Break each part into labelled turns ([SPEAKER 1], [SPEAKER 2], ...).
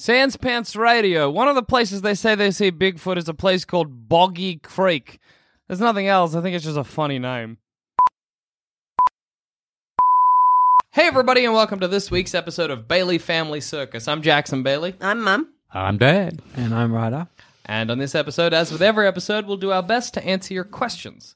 [SPEAKER 1] Sans Pants Radio. One of the places they say they see Bigfoot is a place called Boggy Creek. There's nothing else. I think it's just a funny name. Hey, everybody, and welcome to this week's episode of Bailey Family Circus. I'm Jackson Bailey.
[SPEAKER 2] I'm Mom.
[SPEAKER 1] I'm Dad.
[SPEAKER 3] And I'm Ryder.
[SPEAKER 1] And on this episode, as with every episode, we'll do our best to answer your questions.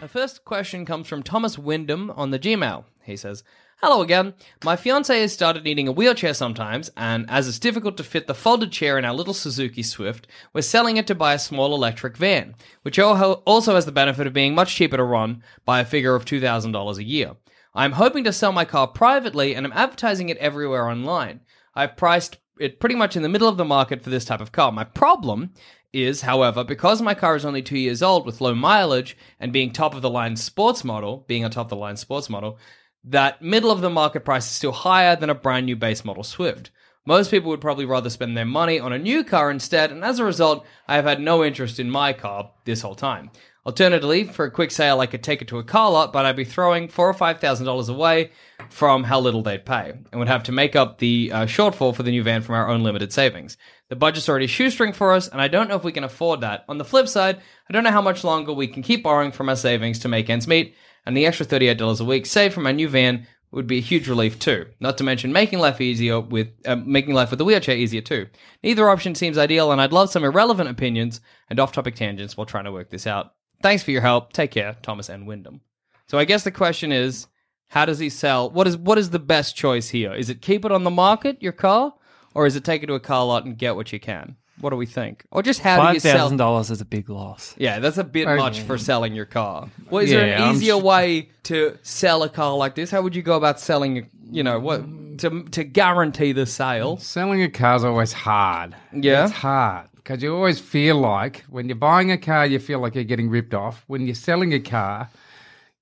[SPEAKER 1] The first question comes from Thomas Wyndham on the Gmail. He says, Hello again. My fiance has started needing a wheelchair sometimes, and as it's difficult to fit the folded chair in our little Suzuki Swift, we're selling it to buy a small electric van, which al- also has the benefit of being much cheaper to run by a figure of $2,000 a year. I'm hoping to sell my car privately and I'm advertising it everywhere online. I've priced it pretty much in the middle of the market for this type of car. My problem is, however, because my car is only two years old with low mileage and being top of the line sports model, being a top of the line sports model, that middle of the market price is still higher than a brand new base model Swift. Most people would probably rather spend their money on a new car instead, and as a result, I have had no interest in my car this whole time. Alternatively, for a quick sale, I could take it to a car lot, but I'd be throwing four or five thousand dollars away from how little they'd pay, and would have to make up the uh, shortfall for the new van from our own limited savings. The budget's already shoestring for us, and I don't know if we can afford that. On the flip side, I don't know how much longer we can keep borrowing from our savings to make ends meet, and the extra $38 a week saved from my new van would be a huge relief too. Not to mention making life easier with uh, making life with the wheelchair easier too. Neither option seems ideal, and I'd love some irrelevant opinions and off-topic tangents while trying to work this out. Thanks for your help. Take care, Thomas and Wyndham. So I guess the question is, how does he sell? What is what is the best choice here? Is it keep it on the market, your car, or is it take it to a car lot and get what you can? What do we think? Or just how do you
[SPEAKER 3] Five
[SPEAKER 1] sell?
[SPEAKER 3] thousand dollars is a big loss.
[SPEAKER 1] Yeah, that's a bit much for selling your car. Well, is there
[SPEAKER 3] Yeah,
[SPEAKER 1] an
[SPEAKER 3] I'm
[SPEAKER 1] easier
[SPEAKER 3] s-
[SPEAKER 1] way to sell a car like this? How would you go about selling? You know what to to guarantee the sale?
[SPEAKER 4] Selling a car's always hard.
[SPEAKER 1] Yeah.
[SPEAKER 4] It's hard because you always feel like when you're buying a car, you feel like you're getting ripped off. When you're selling a car,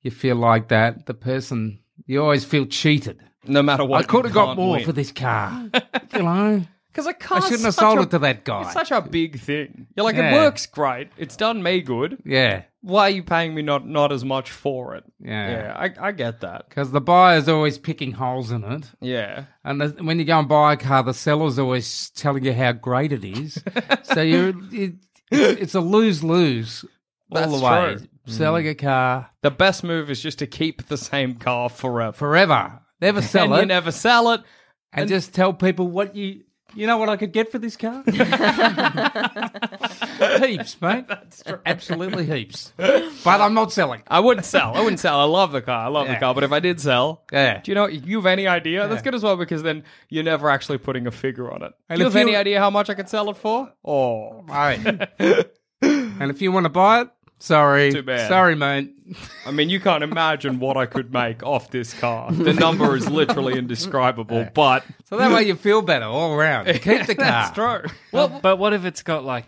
[SPEAKER 4] you feel like that. The person, you always feel cheated.
[SPEAKER 1] No matter what,
[SPEAKER 4] I could have got more for this car. you know,
[SPEAKER 1] because I
[SPEAKER 4] I
[SPEAKER 1] can't.
[SPEAKER 4] shouldn't have sold it to that
[SPEAKER 1] It's
[SPEAKER 4] guy.
[SPEAKER 1] such a big thing. You're like, it
[SPEAKER 4] Yeah.
[SPEAKER 1] works great. It's done me good.
[SPEAKER 4] Yeah.
[SPEAKER 1] Why are you paying me not not as much for it?
[SPEAKER 4] Yeah.
[SPEAKER 1] I, I get that.
[SPEAKER 4] Because the buyer's always picking holes in it.
[SPEAKER 1] Yeah,
[SPEAKER 4] And the, when you go and buy a car, the seller's always telling you how great it is. so you're, it, it's, it's a lose lose all
[SPEAKER 1] That's
[SPEAKER 4] the way.
[SPEAKER 1] true. Mm.
[SPEAKER 4] Selling a car
[SPEAKER 1] the best move is just to keep the same car forever.
[SPEAKER 4] forever, never
[SPEAKER 1] and
[SPEAKER 4] sell
[SPEAKER 1] you
[SPEAKER 4] it,
[SPEAKER 1] never sell it.
[SPEAKER 4] and, just tell people what you you know what I could get for this car. heaps, mate. Absolutely heaps. But I'm not selling.
[SPEAKER 1] I wouldn't sell. I wouldn't sell. I love the car. I love the
[SPEAKER 4] Yeah.
[SPEAKER 1] car. But if I did sell,
[SPEAKER 4] Yeah.
[SPEAKER 1] do you know you have any idea? That's good as well because then you're never actually putting a figure on it.
[SPEAKER 4] And
[SPEAKER 1] do you
[SPEAKER 4] if
[SPEAKER 1] have any
[SPEAKER 4] you-
[SPEAKER 1] idea how much I could sell it for? Oh,
[SPEAKER 4] Mate. and if you want to buy it, sorry,
[SPEAKER 1] Too bad.
[SPEAKER 4] sorry, mate.
[SPEAKER 1] I mean, you can't imagine what I could make off this car. The number is literally indescribable. But
[SPEAKER 4] So that way you feel better all around. Keep the car.
[SPEAKER 1] that's true.
[SPEAKER 3] Well, but what if it's got like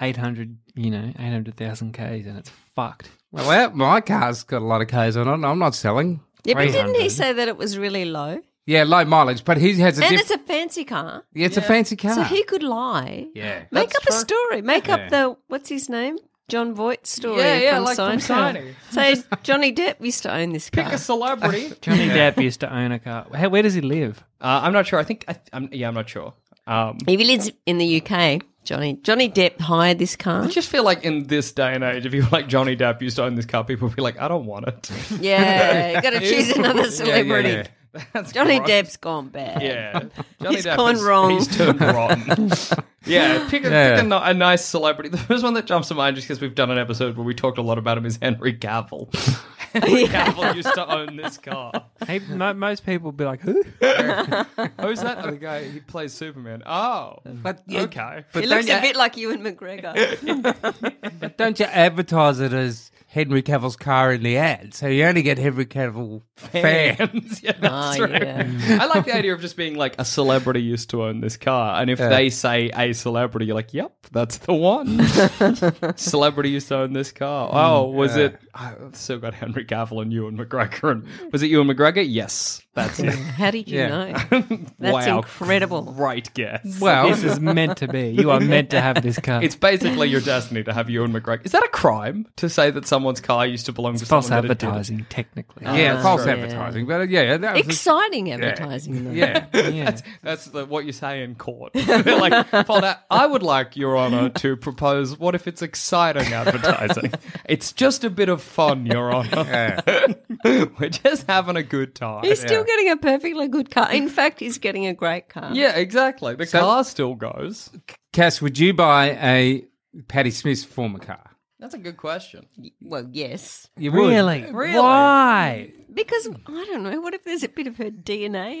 [SPEAKER 3] eight hundred, you know, eight hundred thousand k's and it's fucked?
[SPEAKER 4] Well, that, my car's got a lot of Ks on it. and I'm not selling.
[SPEAKER 5] Yeah, but didn't he
[SPEAKER 3] 300.
[SPEAKER 5] say that it was really low?
[SPEAKER 4] Yeah, low mileage, but he has a
[SPEAKER 5] and
[SPEAKER 4] diff-
[SPEAKER 5] it's a fancy car.
[SPEAKER 4] yeah, it's a fancy car.
[SPEAKER 5] So he could lie.
[SPEAKER 4] yeah,
[SPEAKER 5] Make
[SPEAKER 4] That's
[SPEAKER 5] up a story. Make
[SPEAKER 4] Yeah.
[SPEAKER 5] up the what's his name? John Voight story.
[SPEAKER 1] Yeah, yeah,
[SPEAKER 5] from
[SPEAKER 1] like from
[SPEAKER 5] Seinfeld. So Johnny Depp used to own this
[SPEAKER 1] Pick
[SPEAKER 5] car.
[SPEAKER 1] a celebrity.
[SPEAKER 3] Johnny Depp used to own a car. How, where does he live?
[SPEAKER 1] Uh, I'm not sure. I think I, I'm, yeah, I'm not sure. Um,
[SPEAKER 5] If he lives in the UK, Johnny Johnny Depp hired this car.
[SPEAKER 1] I just feel like in this day and age, if you were like Johnny Depp used to own this car, people would be like, I don't want it.
[SPEAKER 5] Yeah, you got to choose another celebrity.
[SPEAKER 1] That's
[SPEAKER 5] Johnny
[SPEAKER 1] gross.
[SPEAKER 5] Depp's gone bad.
[SPEAKER 1] Yeah, Johnny
[SPEAKER 5] He's
[SPEAKER 1] Depp
[SPEAKER 5] gone
[SPEAKER 1] is-
[SPEAKER 5] wrong.
[SPEAKER 1] He's turned rotten. yeah, pick, a,
[SPEAKER 4] Yeah.
[SPEAKER 1] pick a, ni- a nice celebrity. The first one that jumps to mind, just because we've done an episode where we talked a lot about him, is Henry Cavill. Henry Cavill used to own this car.
[SPEAKER 3] He, mo- most people would be like, who?
[SPEAKER 1] Who's Oh, that other guy? He plays Superman. Oh, but okay.
[SPEAKER 4] But
[SPEAKER 5] He looks
[SPEAKER 4] don't,
[SPEAKER 5] a bit like Ewan McGregor.
[SPEAKER 4] you, don't you advertise it as Henry Cavill's car in the ad? So you only get Henry Cavill fan.
[SPEAKER 1] fans. yeah, that's
[SPEAKER 5] Ah,
[SPEAKER 1] true.
[SPEAKER 5] yeah.
[SPEAKER 1] I like the idea of just being like a celebrity used to own this car, and if they say a celebrity, you're like, "Yep, that's the one." celebrity used to own this car. Oh, was it? I've still got Henry Cavill and Ewan McGregor. And was it Ewan McGregor? Yes, that's it.
[SPEAKER 5] How did you
[SPEAKER 4] Yeah.
[SPEAKER 5] know? That's
[SPEAKER 1] wow,
[SPEAKER 5] incredible.
[SPEAKER 1] Right guess.
[SPEAKER 4] Well,
[SPEAKER 3] This is meant to be. You are meant to have this car.
[SPEAKER 1] It's basically your destiny to have Ewan McGregor. Is that a crime to say that someone's car used to belong to
[SPEAKER 3] false
[SPEAKER 1] someone that it didn't?
[SPEAKER 3] advertising, technically.
[SPEAKER 4] yeah, false
[SPEAKER 5] yeah.
[SPEAKER 4] advertising. But uh, yeah, that was
[SPEAKER 5] Exciting advertising, though.
[SPEAKER 4] yeah.
[SPEAKER 3] Yeah.
[SPEAKER 1] That's the, what you say in court. They're like, "Fold out, I would like Your Honour to propose what if it's exciting advertising? it's just a bit of fun, Your Honour. We're just having a good time.
[SPEAKER 5] He's still getting a perfectly good car. In fact, he's getting a great car.
[SPEAKER 1] yeah, exactly. The
[SPEAKER 4] So-
[SPEAKER 1] car still goes.
[SPEAKER 4] Cass, would you buy a Patty Smith's former car?
[SPEAKER 1] That's a good question.
[SPEAKER 5] Well, yes.
[SPEAKER 4] You would.
[SPEAKER 3] Really?
[SPEAKER 1] Really?
[SPEAKER 3] Why?
[SPEAKER 5] Because, I don't know, what if there's a bit of her DNA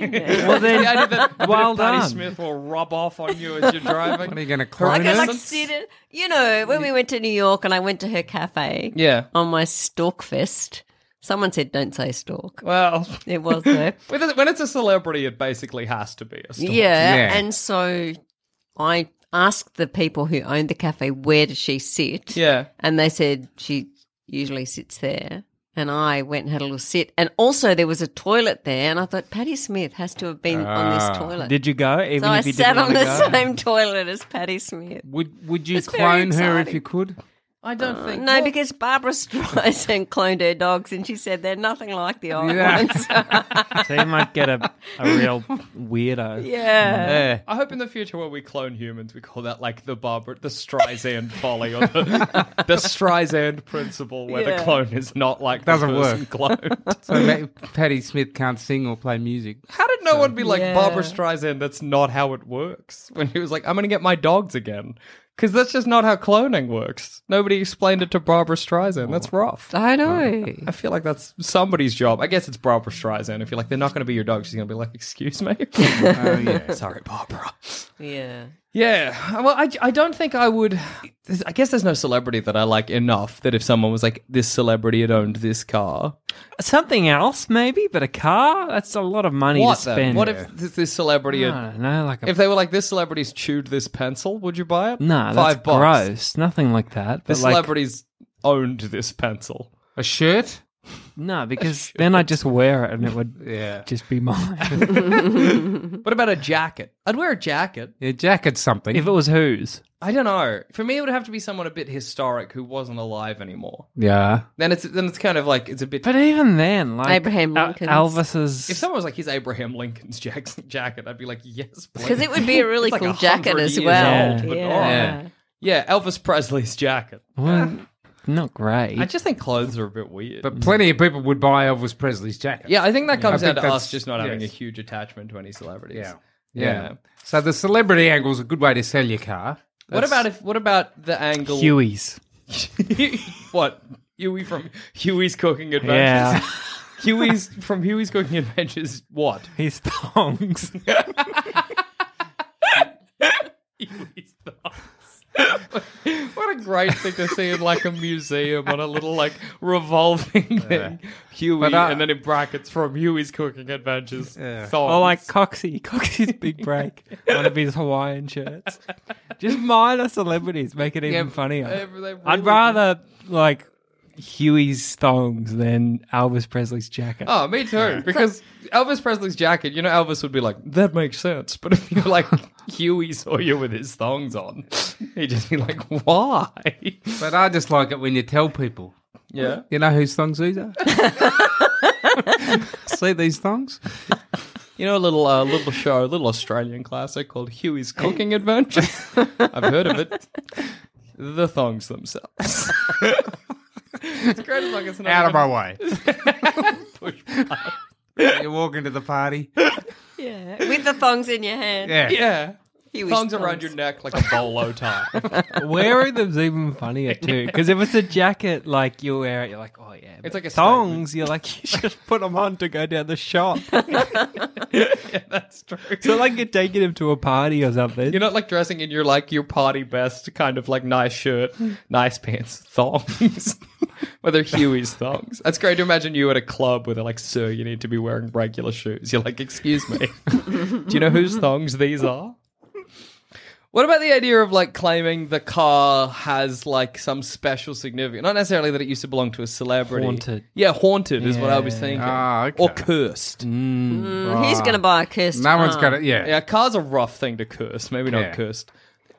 [SPEAKER 5] in there?
[SPEAKER 3] Well, then,
[SPEAKER 1] The idea that a
[SPEAKER 3] well
[SPEAKER 1] bit of Patti
[SPEAKER 3] done.
[SPEAKER 1] Smith will rub off on you as you're driving.
[SPEAKER 4] What are you going to clone
[SPEAKER 5] I got
[SPEAKER 4] it?
[SPEAKER 5] like sit you know, when we went to New York and I went to her cafe
[SPEAKER 1] yeah.
[SPEAKER 5] on my stalk fest, someone said, don't say stalk.
[SPEAKER 1] Well,
[SPEAKER 5] It was her.
[SPEAKER 1] with it- when it's a celebrity, it basically has to be a story.
[SPEAKER 5] yeah,
[SPEAKER 4] Yeah.
[SPEAKER 5] And so I asked the people who owned the cafe, where does she sit?
[SPEAKER 1] Yeah.
[SPEAKER 5] And they said she usually sits there. And I went and had a little sit. And also there was a toilet there. And I thought, Patty Smith has to have been on
[SPEAKER 1] Ah.
[SPEAKER 5] this toilet.
[SPEAKER 3] Did you go? Even
[SPEAKER 5] so I
[SPEAKER 3] if you
[SPEAKER 5] sat
[SPEAKER 3] didn't
[SPEAKER 5] on
[SPEAKER 3] wanna
[SPEAKER 5] the
[SPEAKER 3] go?
[SPEAKER 5] same toilet as Patty Smith.
[SPEAKER 4] Would Would you
[SPEAKER 5] It's very
[SPEAKER 4] clone her if
[SPEAKER 5] exciting.
[SPEAKER 4] you could?
[SPEAKER 1] I don't think.
[SPEAKER 5] Uh, No, because Barbara Streisand cloned her dogs and she said they're nothing like the old
[SPEAKER 4] Yeah.
[SPEAKER 5] ones.
[SPEAKER 3] So you might get a, a real weirdo.
[SPEAKER 5] yeah.
[SPEAKER 4] Yeah.
[SPEAKER 1] I hope in the future when we clone humans, we call that like the Barbara, the Streisand folly, or the, the Streisand principle, where the
[SPEAKER 5] Yeah.
[SPEAKER 1] clone is not like
[SPEAKER 4] Doesn't
[SPEAKER 1] the person cloned.
[SPEAKER 4] So Ma- Patty Smith can't sing or play music.
[SPEAKER 1] How did no one be like
[SPEAKER 5] Yeah.
[SPEAKER 1] Barbara Streisand? That's not how it works. When he was like, "I'm going to get my dogs again," because that's just not how cloning works. Nobody explained it to Barbara Streisand. That's rough.
[SPEAKER 5] I know.
[SPEAKER 1] I feel like that's somebody's job. I guess it's Barbara Streisand. If you're like, they're not going to be your dog, she's going to be like, "Excuse me."
[SPEAKER 4] Oh yeah.
[SPEAKER 1] Sorry, Barbara.
[SPEAKER 5] Yeah.
[SPEAKER 1] Yeah. Well, I, I don't think I would. I guess there's no celebrity that I like enough that if someone was like, this celebrity had owned this car.
[SPEAKER 3] Something else, maybe, but a car? That's a lot of money
[SPEAKER 1] what
[SPEAKER 3] to
[SPEAKER 1] then?
[SPEAKER 3] spend.
[SPEAKER 1] What if this, this celebrity had.
[SPEAKER 3] No, no, like a.
[SPEAKER 1] If they were like, this celebrity's chewed this pencil, would you buy it?
[SPEAKER 3] no, that's
[SPEAKER 1] Five bucks.
[SPEAKER 3] gross. Nothing like that.
[SPEAKER 1] The
[SPEAKER 3] But like,
[SPEAKER 1] celebrity's owned this pencil.
[SPEAKER 4] A shirt.
[SPEAKER 3] no, because then I'd just wear it and it would
[SPEAKER 4] Yeah.
[SPEAKER 3] just be mine.
[SPEAKER 1] What about a jacket? I'd wear a jacket.
[SPEAKER 4] Yeah, jacket something.
[SPEAKER 3] if it was whose?
[SPEAKER 1] I don't know. For me, it would have to be someone a bit historic who wasn't alive anymore.
[SPEAKER 4] yeah.
[SPEAKER 1] Then it's then it's kind of like it's a bit.
[SPEAKER 3] But even then, like.
[SPEAKER 5] Abraham
[SPEAKER 3] Al-
[SPEAKER 5] Lincoln's.
[SPEAKER 3] Elvis's.
[SPEAKER 1] if someone was like, "He's Abraham Lincoln's Jackson jacket," I'd be like, "Yes, please."
[SPEAKER 5] Because it would be a really
[SPEAKER 1] It's like
[SPEAKER 5] cool
[SPEAKER 1] 100
[SPEAKER 5] jacket as
[SPEAKER 1] years
[SPEAKER 5] well.
[SPEAKER 3] old,
[SPEAKER 1] but
[SPEAKER 5] yeah.
[SPEAKER 4] alright.
[SPEAKER 1] Yeah, Elvis Presley's jacket.
[SPEAKER 3] Well, not great.
[SPEAKER 1] I just think clothes are a bit weird.
[SPEAKER 4] But plenty of people would buy Elvis Presley's jacket.
[SPEAKER 1] yeah, I think that comes
[SPEAKER 4] I
[SPEAKER 1] down
[SPEAKER 4] think
[SPEAKER 1] to us
[SPEAKER 4] that's-
[SPEAKER 1] just not having a
[SPEAKER 4] yes.
[SPEAKER 1] huge attachment to any celebrities.
[SPEAKER 4] Yeah.
[SPEAKER 1] Yeah.
[SPEAKER 4] Yeah. So the celebrity angle is a good way to sell your car.
[SPEAKER 1] What about if what about the angle
[SPEAKER 3] Huey's.
[SPEAKER 1] what? Huey from Huey's Cooking Adventures.
[SPEAKER 3] Yeah.
[SPEAKER 1] Huey's from Huey's Cooking Adventures what?
[SPEAKER 3] His thongs.
[SPEAKER 1] Huey's Thoughts. what a great thing to see in like a museum on a little like revolving thing. Huey
[SPEAKER 4] But I-
[SPEAKER 1] and then in brackets from Huey's Cooking Adventures.
[SPEAKER 4] Yeah.
[SPEAKER 1] Thoughts.
[SPEAKER 3] Or like Coxie, Coxie's big break, one of his Hawaiian shirts. Just minor celebrities make it even
[SPEAKER 4] Yeah,
[SPEAKER 3] funnier.
[SPEAKER 1] they- they
[SPEAKER 3] I'd
[SPEAKER 1] really-
[SPEAKER 3] rather like Huey's thongs than Elvis Presley's jacket.
[SPEAKER 1] Oh, me too. Because Elvis Presley's jacket, you know, Elvis would be like, that makes sense. But if you're like, Huey saw you with his thongs on, he'd just be like, why?
[SPEAKER 4] But I just like it when you tell people.
[SPEAKER 1] Yeah.
[SPEAKER 4] You know whose thongs these are? See these thongs?
[SPEAKER 1] You know, a little, uh, little show, a little Australian classic called Huey's Cooking Adventures. I've heard of it. The thongs themselves. it's great as long as it's not
[SPEAKER 4] Out of
[SPEAKER 1] even
[SPEAKER 4] my way.
[SPEAKER 1] push.
[SPEAKER 4] you walk into the party.
[SPEAKER 5] Yeah, with the thongs in your hand.
[SPEAKER 4] Yeah.
[SPEAKER 1] Yeah.
[SPEAKER 5] Huey's
[SPEAKER 1] Thongs around your neck like a bolo tie.
[SPEAKER 3] Where are them's even funnier too? Because if it's a jacket, like you wear it, you're like, oh yeah. But
[SPEAKER 1] like a
[SPEAKER 3] thongs. You're like, you should put them on to go down the shop.
[SPEAKER 1] yeah, that's true.
[SPEAKER 3] so like you're taking him to a party or something.
[SPEAKER 1] You're not like dressing in your like your party best kind of like nice shirt, nice pants, thongs. Whether Huey's thongs. That's great to imagine you at a club where they're like, sir, you need to be wearing regular shoes. You're like, excuse me. Do you know whose thongs these are? What about the idea of like claiming the car has like some special significance? Not necessarily that it used to belong to a celebrity.
[SPEAKER 3] Haunted.
[SPEAKER 1] Yeah, haunted is what I was thinking.
[SPEAKER 4] Ah, okay.
[SPEAKER 1] Or cursed.
[SPEAKER 5] Mm, He's going to buy a cursed
[SPEAKER 4] No one's
[SPEAKER 5] car.
[SPEAKER 4] got it. Yeah.
[SPEAKER 1] Yeah, car's a rough thing to curse. Maybe not
[SPEAKER 4] Yeah.
[SPEAKER 1] cursed.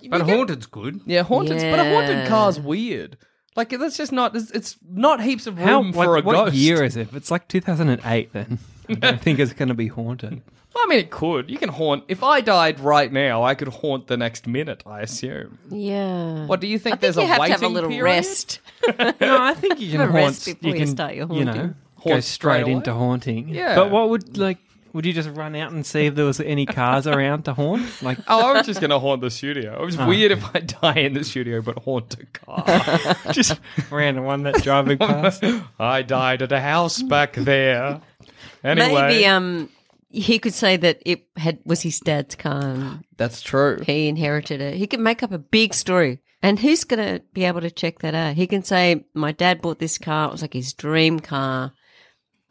[SPEAKER 4] But haunted's good.
[SPEAKER 1] Yeah, haunted. But a haunted
[SPEAKER 5] Yeah.
[SPEAKER 1] car's weird. Like that's just not. It's, it's not heaps of room
[SPEAKER 3] How
[SPEAKER 1] for
[SPEAKER 3] what,
[SPEAKER 1] a
[SPEAKER 3] what
[SPEAKER 1] ghost.
[SPEAKER 3] year is it? If It's like 2008 then. I don't think it's going to be haunted.
[SPEAKER 1] I mean, it could. You can haunt. If I died right now, I could haunt the next minute. I assume.
[SPEAKER 5] Yeah.
[SPEAKER 1] What do you think?
[SPEAKER 5] I think
[SPEAKER 1] there's
[SPEAKER 5] you
[SPEAKER 1] a
[SPEAKER 5] have to
[SPEAKER 1] waiting
[SPEAKER 5] have a little
[SPEAKER 1] period?
[SPEAKER 5] rest.
[SPEAKER 3] No, I think you
[SPEAKER 5] Have
[SPEAKER 3] can
[SPEAKER 5] a
[SPEAKER 3] haunt.
[SPEAKER 5] rest before you
[SPEAKER 3] can,
[SPEAKER 5] start your
[SPEAKER 3] You know,
[SPEAKER 5] haunting.
[SPEAKER 3] go
[SPEAKER 1] Haunt
[SPEAKER 3] straight
[SPEAKER 1] straight away?
[SPEAKER 3] into haunting.
[SPEAKER 1] Yeah.
[SPEAKER 3] But what would like? Would you just run out and see if there was any cars around to haunt? Like,
[SPEAKER 1] Oh, I was just gonna haunt the studio. It was
[SPEAKER 3] Oh,
[SPEAKER 1] weird if I die in the studio, but haunt a car.
[SPEAKER 3] just random one that driving past.
[SPEAKER 1] I died at a house back there. Anyway,
[SPEAKER 5] Maybe um, he could say that it had was his dad's car. And
[SPEAKER 1] that's true.
[SPEAKER 5] he inherited it. He could make up a big story. And who's going to be able to check that out? He can say, "My dad bought this car. It was like his dream car.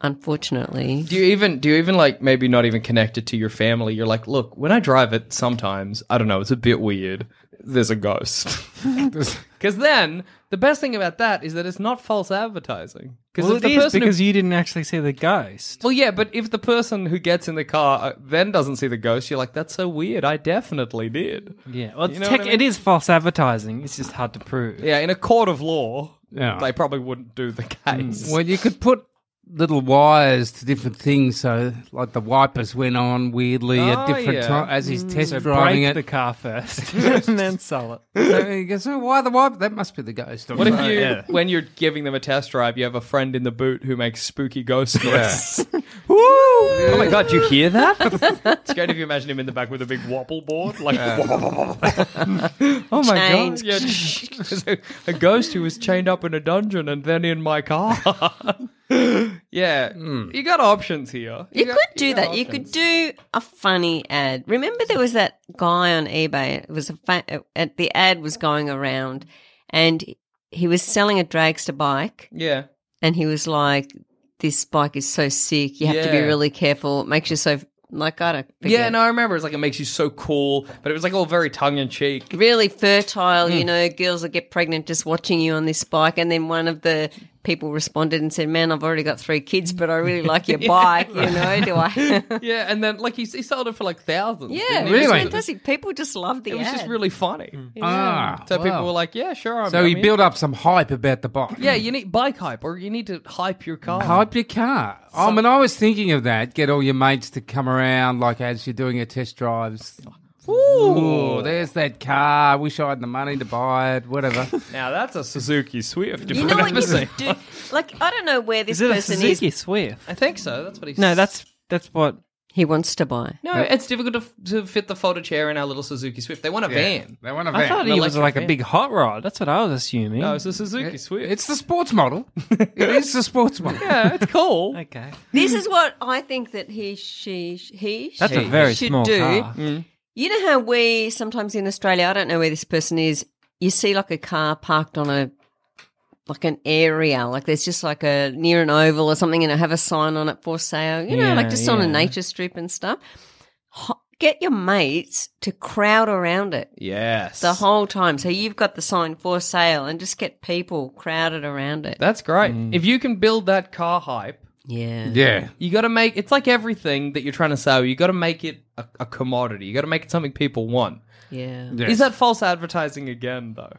[SPEAKER 5] Unfortunately,
[SPEAKER 1] Do you even do you even like maybe not even connect it to your family? You're like, look, when I drive it, sometimes I don't know, it's a bit weird. There's a ghost. Because then the best thing about that is that it's not false advertising.
[SPEAKER 3] Well,
[SPEAKER 1] if
[SPEAKER 3] it
[SPEAKER 1] the
[SPEAKER 3] is
[SPEAKER 1] person who-
[SPEAKER 3] because you didn't actually see the ghost.
[SPEAKER 1] well, yeah, but if the person who gets in the car uh, then doesn't see the ghost, you're like, that's so weird. I definitely did.
[SPEAKER 3] Yeah, well, it's
[SPEAKER 1] know
[SPEAKER 3] tech,
[SPEAKER 1] what I
[SPEAKER 3] it is false advertising. It's just hard to prove.
[SPEAKER 1] Yeah, in a court of law,
[SPEAKER 4] Yeah.
[SPEAKER 1] they probably wouldn't do the
[SPEAKER 3] Hmm.
[SPEAKER 1] case.
[SPEAKER 4] Well, you could put little wires to different things. So, like the wipers went on weirdly
[SPEAKER 1] Oh,
[SPEAKER 4] at different
[SPEAKER 1] yeah. Mm.
[SPEAKER 4] times as he's test driving
[SPEAKER 3] Break
[SPEAKER 4] it.
[SPEAKER 3] the car first and then sell it.
[SPEAKER 4] so he goes, oh, why the wiper? That must be the ghost.
[SPEAKER 1] What if you, when you're giving them a test drive, you have a friend in the boot who makes spooky ghost noises? Woo! Oh my god, you hear that? it's great if you imagine him in the back with a big wobble board, like
[SPEAKER 4] Oh my god!
[SPEAKER 5] Change.
[SPEAKER 1] yeah, there's a, a ghost who was chained up in a dungeon and then in my car. Hmm. yeah, you got options here.
[SPEAKER 5] You
[SPEAKER 1] got-
[SPEAKER 5] could do
[SPEAKER 1] got
[SPEAKER 5] that. You could do a funny ad. Remember, there was that guy on eBay. It was a fa- uh, the ad was going around, and he was selling a dragster bike,
[SPEAKER 1] Yeah.
[SPEAKER 5] and he was like, "This bike is so sick. You have to be
[SPEAKER 1] Yeah.
[SPEAKER 5] really careful. It makes you so like I don't forget.
[SPEAKER 1] Yeah, no, I remember. It's like it makes you so cool, but it was like all very tongue in cheek.
[SPEAKER 5] really fertile.
[SPEAKER 1] Hmm.
[SPEAKER 5] You know, girls will get pregnant just watching you on this bike. And then one of the people responded and said, "Man, I've already got three kids, but I really like your bike. You know, do I?"
[SPEAKER 1] Yeah, and then like he, he sold it for like thousands.
[SPEAKER 5] Yeah,
[SPEAKER 1] didn't he?
[SPEAKER 5] it was
[SPEAKER 4] Really?
[SPEAKER 5] fantastic. People just love the
[SPEAKER 1] It was
[SPEAKER 5] ad.
[SPEAKER 1] just really funny.
[SPEAKER 4] Ah,
[SPEAKER 1] So people
[SPEAKER 4] wow.
[SPEAKER 1] were like, "Yeah, sure." I'm,
[SPEAKER 4] So he
[SPEAKER 1] I'm in."
[SPEAKER 4] built up some hype about the bike.
[SPEAKER 1] Yeah, you need bike hype, or you need to hype your car.
[SPEAKER 4] Hype your car. I mean, I was thinking of that. Get all your mates to come around, like as you're doing your test drives. Ooh, there's that car. I wish I had the money to buy it. Whatever.
[SPEAKER 1] Now that's a Suzuki Swift. If
[SPEAKER 5] You know what you could do? Like, I don't know where this
[SPEAKER 3] Is it a
[SPEAKER 5] person
[SPEAKER 3] Suzuki
[SPEAKER 5] is.
[SPEAKER 3] Swift?
[SPEAKER 1] I think so. That's what he.
[SPEAKER 3] No, that's that's what.
[SPEAKER 5] He wants to buy.
[SPEAKER 1] no. It's difficult to, f- to fit the folded chair in our little Suzuki Swift. They want a van.
[SPEAKER 4] They want a
[SPEAKER 3] I
[SPEAKER 4] van.
[SPEAKER 3] thought he was
[SPEAKER 1] electric
[SPEAKER 3] like a
[SPEAKER 1] van.
[SPEAKER 3] big hot rod. That's what I was assuming.
[SPEAKER 1] No, it's a Suzuki Swift.
[SPEAKER 4] It's the sports model. it is the sports model.
[SPEAKER 1] yeah, it's cool.
[SPEAKER 3] okay,
[SPEAKER 5] This is what I think that he, she, he,
[SPEAKER 3] that's
[SPEAKER 5] she
[SPEAKER 3] a very
[SPEAKER 5] should
[SPEAKER 3] small
[SPEAKER 5] do.
[SPEAKER 3] car.
[SPEAKER 5] You know how we sometimes in Australia, I don't know where this person is. You see like a car parked on a like an area, like there's just like a near an oval or something, and it have a sign on it for sale. You know,
[SPEAKER 3] Yeah,
[SPEAKER 5] like just on a
[SPEAKER 3] yeah.
[SPEAKER 5] nature strip and stuff. Ho- get your mates to crowd around it
[SPEAKER 1] Yes.
[SPEAKER 5] the whole time. So you've got the sign for sale and just get people crowded around it.
[SPEAKER 1] That's great. If you can build that car hype,
[SPEAKER 5] yeah.
[SPEAKER 4] Yeah.
[SPEAKER 1] you got to make it's like everything that you're trying to sell. You got to make it a, a commodity. You got to make it something people want.
[SPEAKER 5] Yeah.
[SPEAKER 4] Yes.
[SPEAKER 1] Is that false advertising again, though?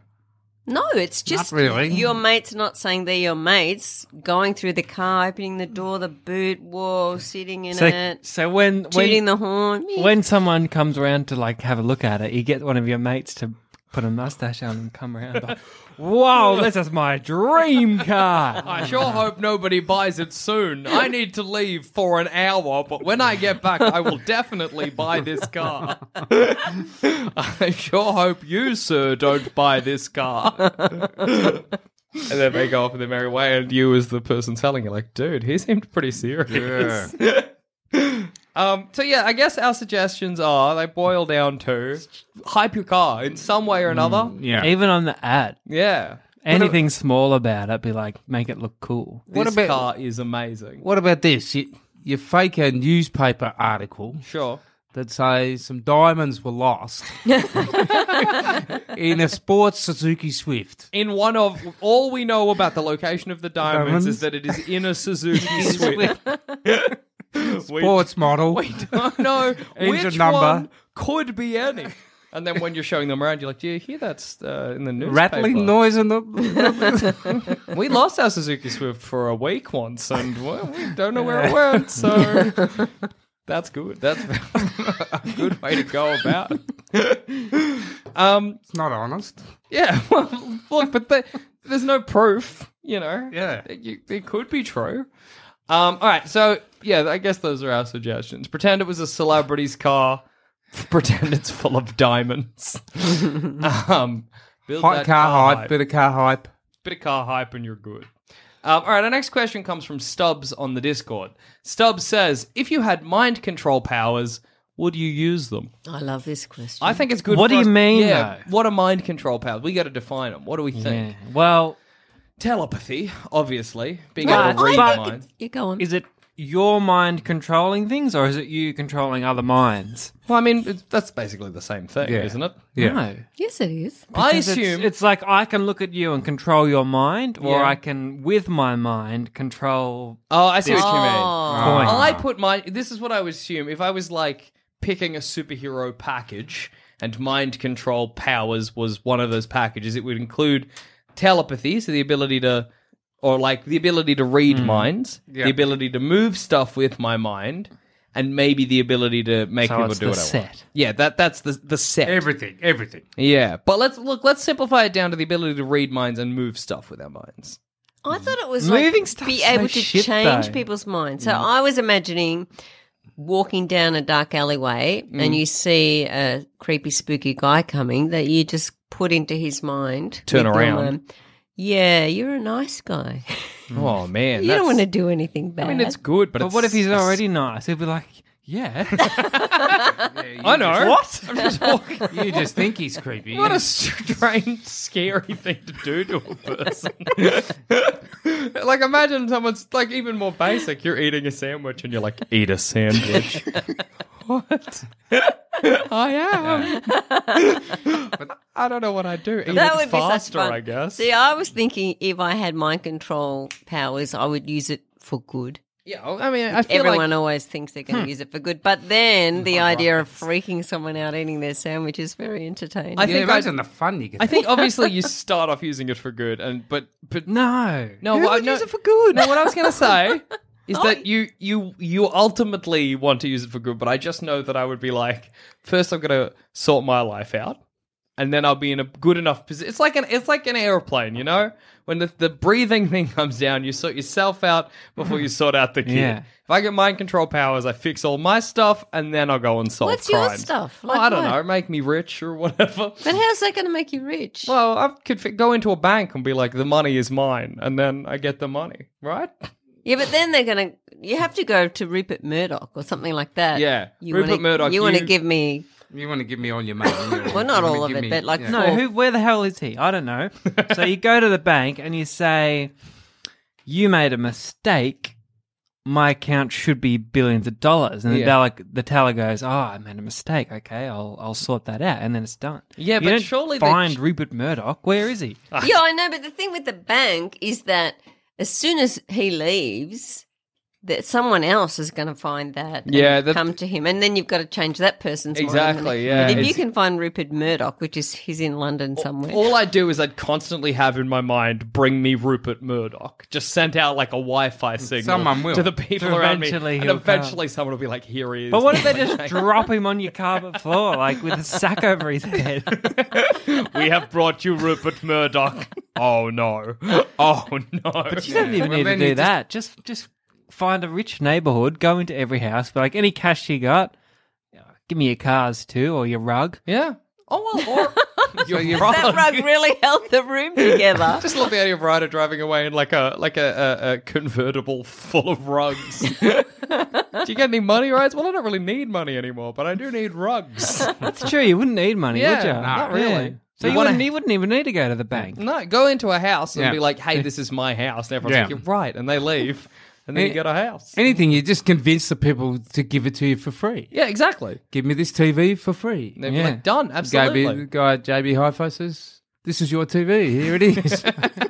[SPEAKER 5] No, it's just
[SPEAKER 4] really.
[SPEAKER 5] your mates not saying they're your mates, going through the car, opening the door, the boot wall, sitting in
[SPEAKER 3] So,
[SPEAKER 5] it,
[SPEAKER 3] so when when,
[SPEAKER 5] tooting the horn.
[SPEAKER 3] when someone comes around to like have a look at it, you get one of your mates to put a mustache on and come around. Like, Whoa, this is my dream car.
[SPEAKER 1] I sure hope nobody buys it soon. I need to leave for an hour, but when I get back, I will definitely buy this car. I sure hope you, sir, don't buy this car. and then they go off in their merry way, and you, as the person selling, you're like, dude, he seemed pretty serious. Um, so yeah, I guess our suggestions are they boil down to hype your car in some way or another.
[SPEAKER 4] Yeah.
[SPEAKER 3] Even on the ad,
[SPEAKER 1] Yeah,
[SPEAKER 3] anything small about it, be like make it look cool.
[SPEAKER 1] This
[SPEAKER 4] about-
[SPEAKER 1] car is amazing.
[SPEAKER 4] What about this? You, you fake a newspaper article
[SPEAKER 1] Sure.
[SPEAKER 4] that says some diamonds were lost in a sports Suzuki Swift.
[SPEAKER 1] in one of all we know about the location of the diamonds,
[SPEAKER 4] Diamonds?
[SPEAKER 1] is that it is in a Suzuki Swift.
[SPEAKER 4] Sports model.
[SPEAKER 1] Oh no,
[SPEAKER 4] Engine
[SPEAKER 1] which
[SPEAKER 4] number.
[SPEAKER 1] one could be any? And then when you're showing them around, you're like, "Do you hear that uh, in the newspaper?"
[SPEAKER 4] Rattling noise in the.
[SPEAKER 1] We lost our Suzuki Swift for a week once, and well, we don't know where it went. So that's good. That's a good way to go about it. Um,
[SPEAKER 4] It's not honest.
[SPEAKER 1] Yeah, well, look, but the, there's no proof, you know.
[SPEAKER 4] Yeah.
[SPEAKER 1] it, you- it could be true. Um, all right, so yeah, I guess those are our suggestions. Pretend it was a celebrity's car. Pretend it's full of diamonds. um, build
[SPEAKER 4] Hot
[SPEAKER 1] that
[SPEAKER 4] car hype, bit of car hype.
[SPEAKER 1] bit of car hype and you're good. Um, all right, our next question comes from Stubbs on the Discord. Stubbs says, "If you had mind control powers, would you use them?"
[SPEAKER 5] I love this question.
[SPEAKER 1] I think it's good.
[SPEAKER 3] What
[SPEAKER 1] for
[SPEAKER 3] do you
[SPEAKER 1] us-
[SPEAKER 3] mean,
[SPEAKER 1] Yeah,
[SPEAKER 3] though?
[SPEAKER 1] what are mind control powers? We got to define them. What do we think?
[SPEAKER 3] Yeah. Well,
[SPEAKER 1] telepathy, obviously, being
[SPEAKER 3] But-
[SPEAKER 1] able to read
[SPEAKER 3] but-
[SPEAKER 1] minds.
[SPEAKER 5] you go on.
[SPEAKER 3] is it your mind controlling things, or is it you controlling other minds?
[SPEAKER 1] Well, I mean, it's- that's basically the same thing,
[SPEAKER 4] Yeah.
[SPEAKER 1] isn't it?
[SPEAKER 4] Yeah.
[SPEAKER 3] No.
[SPEAKER 5] yes, it is.
[SPEAKER 1] I
[SPEAKER 3] 'Cause it's-
[SPEAKER 1] assume
[SPEAKER 3] It's, like I can look at you and control your mind, or
[SPEAKER 1] Yeah.
[SPEAKER 3] I can, with my mind, control.
[SPEAKER 1] Oh, I see what you mean.
[SPEAKER 4] Ah.
[SPEAKER 5] Oh.
[SPEAKER 3] Point.
[SPEAKER 1] I put my. This is what I would assume if I was like picking a superhero package, and mind control powers was one of those packages. It would include telepathy, so the ability to, or like the ability to read
[SPEAKER 3] Mm-hmm.
[SPEAKER 1] minds,
[SPEAKER 4] Yeah.
[SPEAKER 1] the ability to move stuff with my mind, and maybe the ability to make
[SPEAKER 3] So
[SPEAKER 1] people
[SPEAKER 3] it's
[SPEAKER 1] do
[SPEAKER 3] the
[SPEAKER 1] what I want.
[SPEAKER 3] set.
[SPEAKER 1] Yeah, that that's the the set.
[SPEAKER 4] Everything, everything.
[SPEAKER 1] Yeah, but let's look. Let's simplify it down to the ability to read minds and move stuff with our minds.
[SPEAKER 5] I thought it was
[SPEAKER 3] Moving
[SPEAKER 5] like
[SPEAKER 3] stuff's
[SPEAKER 5] be
[SPEAKER 3] no
[SPEAKER 5] able to
[SPEAKER 3] shit,
[SPEAKER 5] change
[SPEAKER 3] though.
[SPEAKER 5] people's minds.
[SPEAKER 1] Mm.
[SPEAKER 5] So I was imagining walking down a dark alleyway
[SPEAKER 1] Mm.
[SPEAKER 5] and you see a creepy, spooky guy coming that you just put into his mind.
[SPEAKER 1] Turn
[SPEAKER 5] with your
[SPEAKER 1] around.
[SPEAKER 5] mind, yeah, you're a nice guy.
[SPEAKER 1] Oh man,
[SPEAKER 5] you
[SPEAKER 1] that's,
[SPEAKER 5] don't want to do anything bad.
[SPEAKER 1] I mean, it's good, but,
[SPEAKER 3] Hmm. But
[SPEAKER 1] it's,
[SPEAKER 3] what if he's already nice? He'll be like, yeah.
[SPEAKER 1] I know
[SPEAKER 3] What?
[SPEAKER 1] I'm just walking.
[SPEAKER 4] You just think he's creepy.
[SPEAKER 1] What a strange, scary thing to do to a person. like, imagine someone's like even more basic. You're eating a sandwich, and you're like, "Eat a sandwich." what? I am. but I don't know what I do. Eat
[SPEAKER 5] that
[SPEAKER 1] it
[SPEAKER 5] would be
[SPEAKER 1] faster,
[SPEAKER 5] such fun.
[SPEAKER 1] I guess.
[SPEAKER 5] See, I was thinking if I had mind control powers, I would use it for good.
[SPEAKER 1] yeah, I mean, I feel
[SPEAKER 5] Everyone
[SPEAKER 1] like Hmm.
[SPEAKER 5] always thinks they're going to use it for good, but then the idea of freaking someone out eating their sandwich is very entertaining.
[SPEAKER 1] I
[SPEAKER 4] Yeah,
[SPEAKER 1] think
[SPEAKER 4] imagine the fun you get.
[SPEAKER 1] I think obviously you start off using it for good, and but but
[SPEAKER 3] No.
[SPEAKER 1] no,
[SPEAKER 3] Who
[SPEAKER 1] what I-
[SPEAKER 3] would
[SPEAKER 1] no,
[SPEAKER 3] use it for good?
[SPEAKER 1] No, what I was going to say is that you you you ultimately want to use it for good, but I just know that I would be like, first I'm going to sort my life out, and then I'll be in a good enough position. It's like an it's like an airplane, you know, when the the breathing thing comes down, you sort yourself out before you sort out the kid.
[SPEAKER 3] Yeah.
[SPEAKER 1] If I get mind control powers, I fix all my stuff, and then I'll go and solve.
[SPEAKER 5] What's your
[SPEAKER 1] crime.
[SPEAKER 5] stuff?
[SPEAKER 1] Oh,
[SPEAKER 5] Like
[SPEAKER 1] I don't
[SPEAKER 5] what?
[SPEAKER 1] know. Make me rich or whatever.
[SPEAKER 5] But how's that going to make you rich?
[SPEAKER 1] Well, I could fi- go into a bank and be like, the money is mine, and then I get the money, right?
[SPEAKER 5] yeah, but then they're going to. You have to go to Rupert Murdoch or something like that.
[SPEAKER 1] Yeah,
[SPEAKER 5] you
[SPEAKER 1] Rupert
[SPEAKER 5] wanna,
[SPEAKER 1] Murdoch,
[SPEAKER 5] You want to
[SPEAKER 1] you-
[SPEAKER 5] give me?
[SPEAKER 4] You want to give me all your money.
[SPEAKER 5] Well, not all of it, but like
[SPEAKER 3] No,
[SPEAKER 5] four-
[SPEAKER 3] who, where the hell is he? I don't know. so you go to the bank and you say, You made a mistake. my account should be billions of dollars, and the
[SPEAKER 1] Yeah.
[SPEAKER 3] teller, the teller goes, "Oh, I made a mistake. Okay, I'll I'll sort that out," and then it's done.
[SPEAKER 1] Yeah,
[SPEAKER 3] You
[SPEAKER 1] but
[SPEAKER 3] don't
[SPEAKER 1] surely they
[SPEAKER 3] find
[SPEAKER 1] ch-
[SPEAKER 3] Rupert Murdoch. Where is he?
[SPEAKER 1] Ah.
[SPEAKER 5] yeah, I know, but the thing with the bank is that as soon as he leaves, that someone else is going to find that. and
[SPEAKER 1] Yeah, that-
[SPEAKER 5] come to him, and then you've got to change that person's mind.
[SPEAKER 1] Exactly, yeah.
[SPEAKER 5] But if you
[SPEAKER 1] It's-
[SPEAKER 5] can find Rupert Murdoch, which is he's in London somewhere.
[SPEAKER 1] All I do is I'd constantly have in my mind, bring me Rupert Murdoch. Just sent out like a Wi-Fi signal
[SPEAKER 4] Someone will.
[SPEAKER 1] to the people
[SPEAKER 3] Mm, So
[SPEAKER 1] around me,
[SPEAKER 3] eventually
[SPEAKER 1] and
[SPEAKER 3] he'll come.
[SPEAKER 1] eventually someone will be like, "Here he is."
[SPEAKER 3] But what if they just drop him on your carpet floor, like with a sack over his head?
[SPEAKER 1] we have brought you Rupert Murdoch? oh no! Oh no!
[SPEAKER 3] But you don't even
[SPEAKER 4] Well,
[SPEAKER 3] need to
[SPEAKER 4] then
[SPEAKER 3] do
[SPEAKER 4] you just-
[SPEAKER 3] that. Just just find a rich neighborhood, go into every house, be like, any cash you got, give me your cars too, or your rug.
[SPEAKER 1] yeah. Oh well, or you're
[SPEAKER 5] that rug really held the room together.
[SPEAKER 1] Just love the idea of Ryder driving away in like a like a, a, a convertible full of rugs. do you get any money, Ryder? Well, I don't really need money anymore, but I do need rugs.
[SPEAKER 3] That's true. You wouldn't need money,
[SPEAKER 1] Yeah,
[SPEAKER 3] would you?
[SPEAKER 1] not really.
[SPEAKER 3] So
[SPEAKER 1] You
[SPEAKER 3] you
[SPEAKER 1] wanna-
[SPEAKER 3] wouldn't, you wouldn't even need to go to the bank.
[SPEAKER 1] No, go into a house and
[SPEAKER 4] Yeah.
[SPEAKER 1] be like, "Hey, this is my house," and everyone's
[SPEAKER 4] Yeah.
[SPEAKER 1] like, "You're right," and they leave, and then you get a house.
[SPEAKER 4] Anything, you just convince the people to give it to you for free.
[SPEAKER 1] Yeah, exactly.
[SPEAKER 4] Give me this TV for free.
[SPEAKER 1] They'd be like, "Done, absolutely."
[SPEAKER 4] JB, guy at JB Hi-Fi says, this is your TV. Here it is.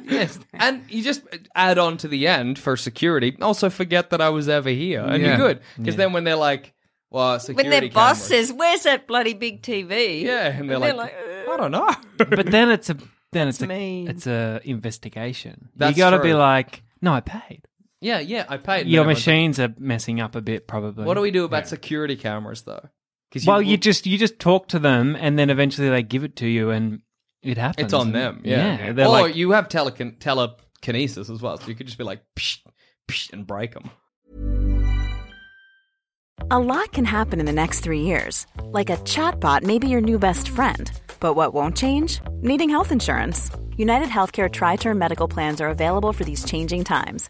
[SPEAKER 1] Yes, and you just add on to the end for security. Also, forget that I was ever here, and
[SPEAKER 4] Yeah.
[SPEAKER 1] you're good. Because then when they're like, "Well, security,"
[SPEAKER 5] when their boss
[SPEAKER 1] cameras.
[SPEAKER 5] says, "Where's that bloody big TV?"
[SPEAKER 1] "Yeah," and they're, like, "I don't know."
[SPEAKER 3] But then it's a then it's, a
[SPEAKER 5] mean.
[SPEAKER 3] it's a investigation.
[SPEAKER 1] That's
[SPEAKER 3] you got to be
[SPEAKER 1] true.
[SPEAKER 3] like, no, I paid.
[SPEAKER 1] yeah, yeah, I paid. And
[SPEAKER 3] Your
[SPEAKER 1] then everyone's like,
[SPEAKER 3] machines are messing up a bit, probably.
[SPEAKER 1] What do we do about security cameras, though? Because
[SPEAKER 3] well, you just you just talk to them, and then eventually they give it to you, and it happens.
[SPEAKER 1] it's on them. Yeah,
[SPEAKER 3] yeah.
[SPEAKER 1] or
[SPEAKER 3] they're like-
[SPEAKER 1] you have telecon- telekinesis as well, so you could just be like, psh, psh, and break them.
[SPEAKER 6] A lot can happen in the next three years. Like a chatbot may be your new best friend. But what won't change? Needing health insurance. United Healthcare Tri Term Medical Plans are available for these changing times.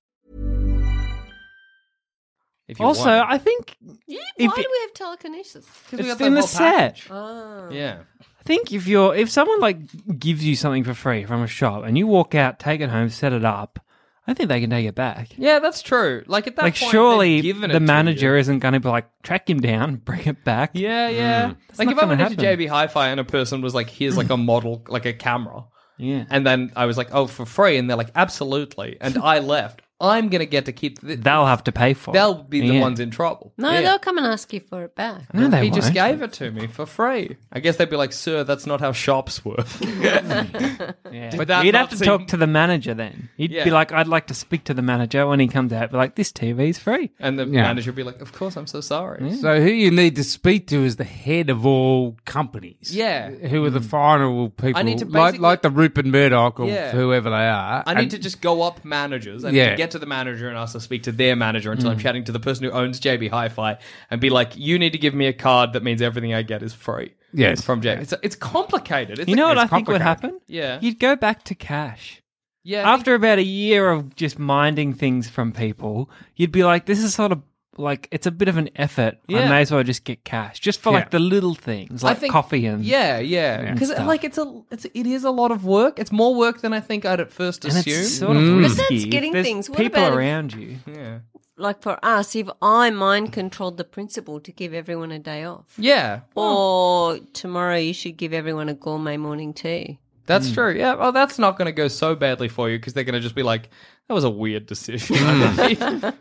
[SPEAKER 1] If you
[SPEAKER 3] Also,
[SPEAKER 1] want.
[SPEAKER 3] I think
[SPEAKER 5] Yeah,
[SPEAKER 3] If
[SPEAKER 5] why
[SPEAKER 3] it-
[SPEAKER 5] do we have telekinesis?
[SPEAKER 1] Because we
[SPEAKER 3] It's
[SPEAKER 1] got
[SPEAKER 3] in
[SPEAKER 1] that
[SPEAKER 3] the
[SPEAKER 1] whole package.
[SPEAKER 3] set.
[SPEAKER 5] Oh.
[SPEAKER 1] Yeah.
[SPEAKER 3] I think if you're if someone like gives you something for free from a shop and you walk out, take it home, set it up, I think they can take it back.
[SPEAKER 1] Yeah, that's true. Like at that
[SPEAKER 3] like
[SPEAKER 1] point,
[SPEAKER 3] surely
[SPEAKER 1] they've given it
[SPEAKER 3] the
[SPEAKER 1] to
[SPEAKER 3] manager
[SPEAKER 1] you.
[SPEAKER 3] isn't going to be like track him down, bring it back.
[SPEAKER 1] Yeah, yeah. Like
[SPEAKER 3] not
[SPEAKER 1] if I
[SPEAKER 3] gonna
[SPEAKER 1] went into
[SPEAKER 3] happen.
[SPEAKER 1] JB Hi-Fi and a person was like, "Here's like a model, like a camera,"
[SPEAKER 3] yeah.
[SPEAKER 1] and then I was like, "Oh, for free," and they're like, "Absolutely," and I left. I'm gonna get to keep. Th-
[SPEAKER 3] They'll have to pay for. it.
[SPEAKER 1] they'll be the
[SPEAKER 3] Yeah.
[SPEAKER 1] ones in trouble.
[SPEAKER 5] No,
[SPEAKER 1] Yeah. Mm.
[SPEAKER 5] they'll come and ask you for it back.
[SPEAKER 3] No, they
[SPEAKER 1] he
[SPEAKER 3] won't.
[SPEAKER 1] just gave it to me for free. I guess they'd be like, "Sir, that's not how shops work."
[SPEAKER 3] Yeah.
[SPEAKER 1] But that
[SPEAKER 3] You'd have
[SPEAKER 1] not
[SPEAKER 3] to
[SPEAKER 1] seem-
[SPEAKER 3] talk to the manager then. You'd
[SPEAKER 1] Yeah.
[SPEAKER 3] be like, I'd like to speak to the manager when he comes out. Be like, this TV's free.
[SPEAKER 1] and the
[SPEAKER 4] Yeah.
[SPEAKER 1] manager would be like, "Of course, I'm so sorry."
[SPEAKER 4] So who you need to speak to is the head of all companies.
[SPEAKER 1] Yeah. Mm.
[SPEAKER 4] Who are the final people?
[SPEAKER 1] I need to
[SPEAKER 4] like,
[SPEAKER 1] basically-
[SPEAKER 4] like the Rupert Murdoch or
[SPEAKER 1] Yeah.
[SPEAKER 4] whoever they are.
[SPEAKER 1] I need to just go up managers and
[SPEAKER 4] Yeah.
[SPEAKER 1] to get to the manager and ask to speak to their manager until I'm
[SPEAKER 3] Mm.
[SPEAKER 1] chatting to the person who owns JB Hi-Fi and be like, "You need to give me a card that means everything I get is free."
[SPEAKER 4] Yes.
[SPEAKER 1] from JB. It's, it's complicated. It's
[SPEAKER 3] You know what I
[SPEAKER 4] it's
[SPEAKER 3] think would
[SPEAKER 4] complicated.
[SPEAKER 3] happen?
[SPEAKER 1] Yeah.
[SPEAKER 3] You'd go back to cash.
[SPEAKER 1] yeah, I think-
[SPEAKER 3] After about a year of just minding things from people, you'd be like, this is sort of like it's a bit of an effort. I
[SPEAKER 1] Yeah.
[SPEAKER 3] may as well just get cash, just for
[SPEAKER 4] Yeah.
[SPEAKER 3] like the little things,
[SPEAKER 1] I
[SPEAKER 3] like
[SPEAKER 1] think-
[SPEAKER 3] coffee and
[SPEAKER 1] Yeah, yeah.
[SPEAKER 3] and
[SPEAKER 1] Because
[SPEAKER 3] stuff.
[SPEAKER 1] like it's a it's it is a lot of work. It's more work than I think I'd at first
[SPEAKER 3] and
[SPEAKER 1] assume.
[SPEAKER 3] it's sort of
[SPEAKER 4] Mm. But
[SPEAKER 3] risky.
[SPEAKER 5] that's
[SPEAKER 3] If
[SPEAKER 5] getting
[SPEAKER 3] there's
[SPEAKER 5] things. What
[SPEAKER 3] people
[SPEAKER 5] about if-
[SPEAKER 3] around you.
[SPEAKER 1] yeah.
[SPEAKER 5] Like for us, if I mind controlled the principle to give everyone a day off,
[SPEAKER 1] Yeah.
[SPEAKER 5] or tomorrow you should give everyone a gourmet morning tea.
[SPEAKER 1] That's
[SPEAKER 3] Mm.
[SPEAKER 1] true. Yeah. Oh, that's not going to go so badly for you because they're going to just be like, that was a weird decision.
[SPEAKER 3] Mm. I,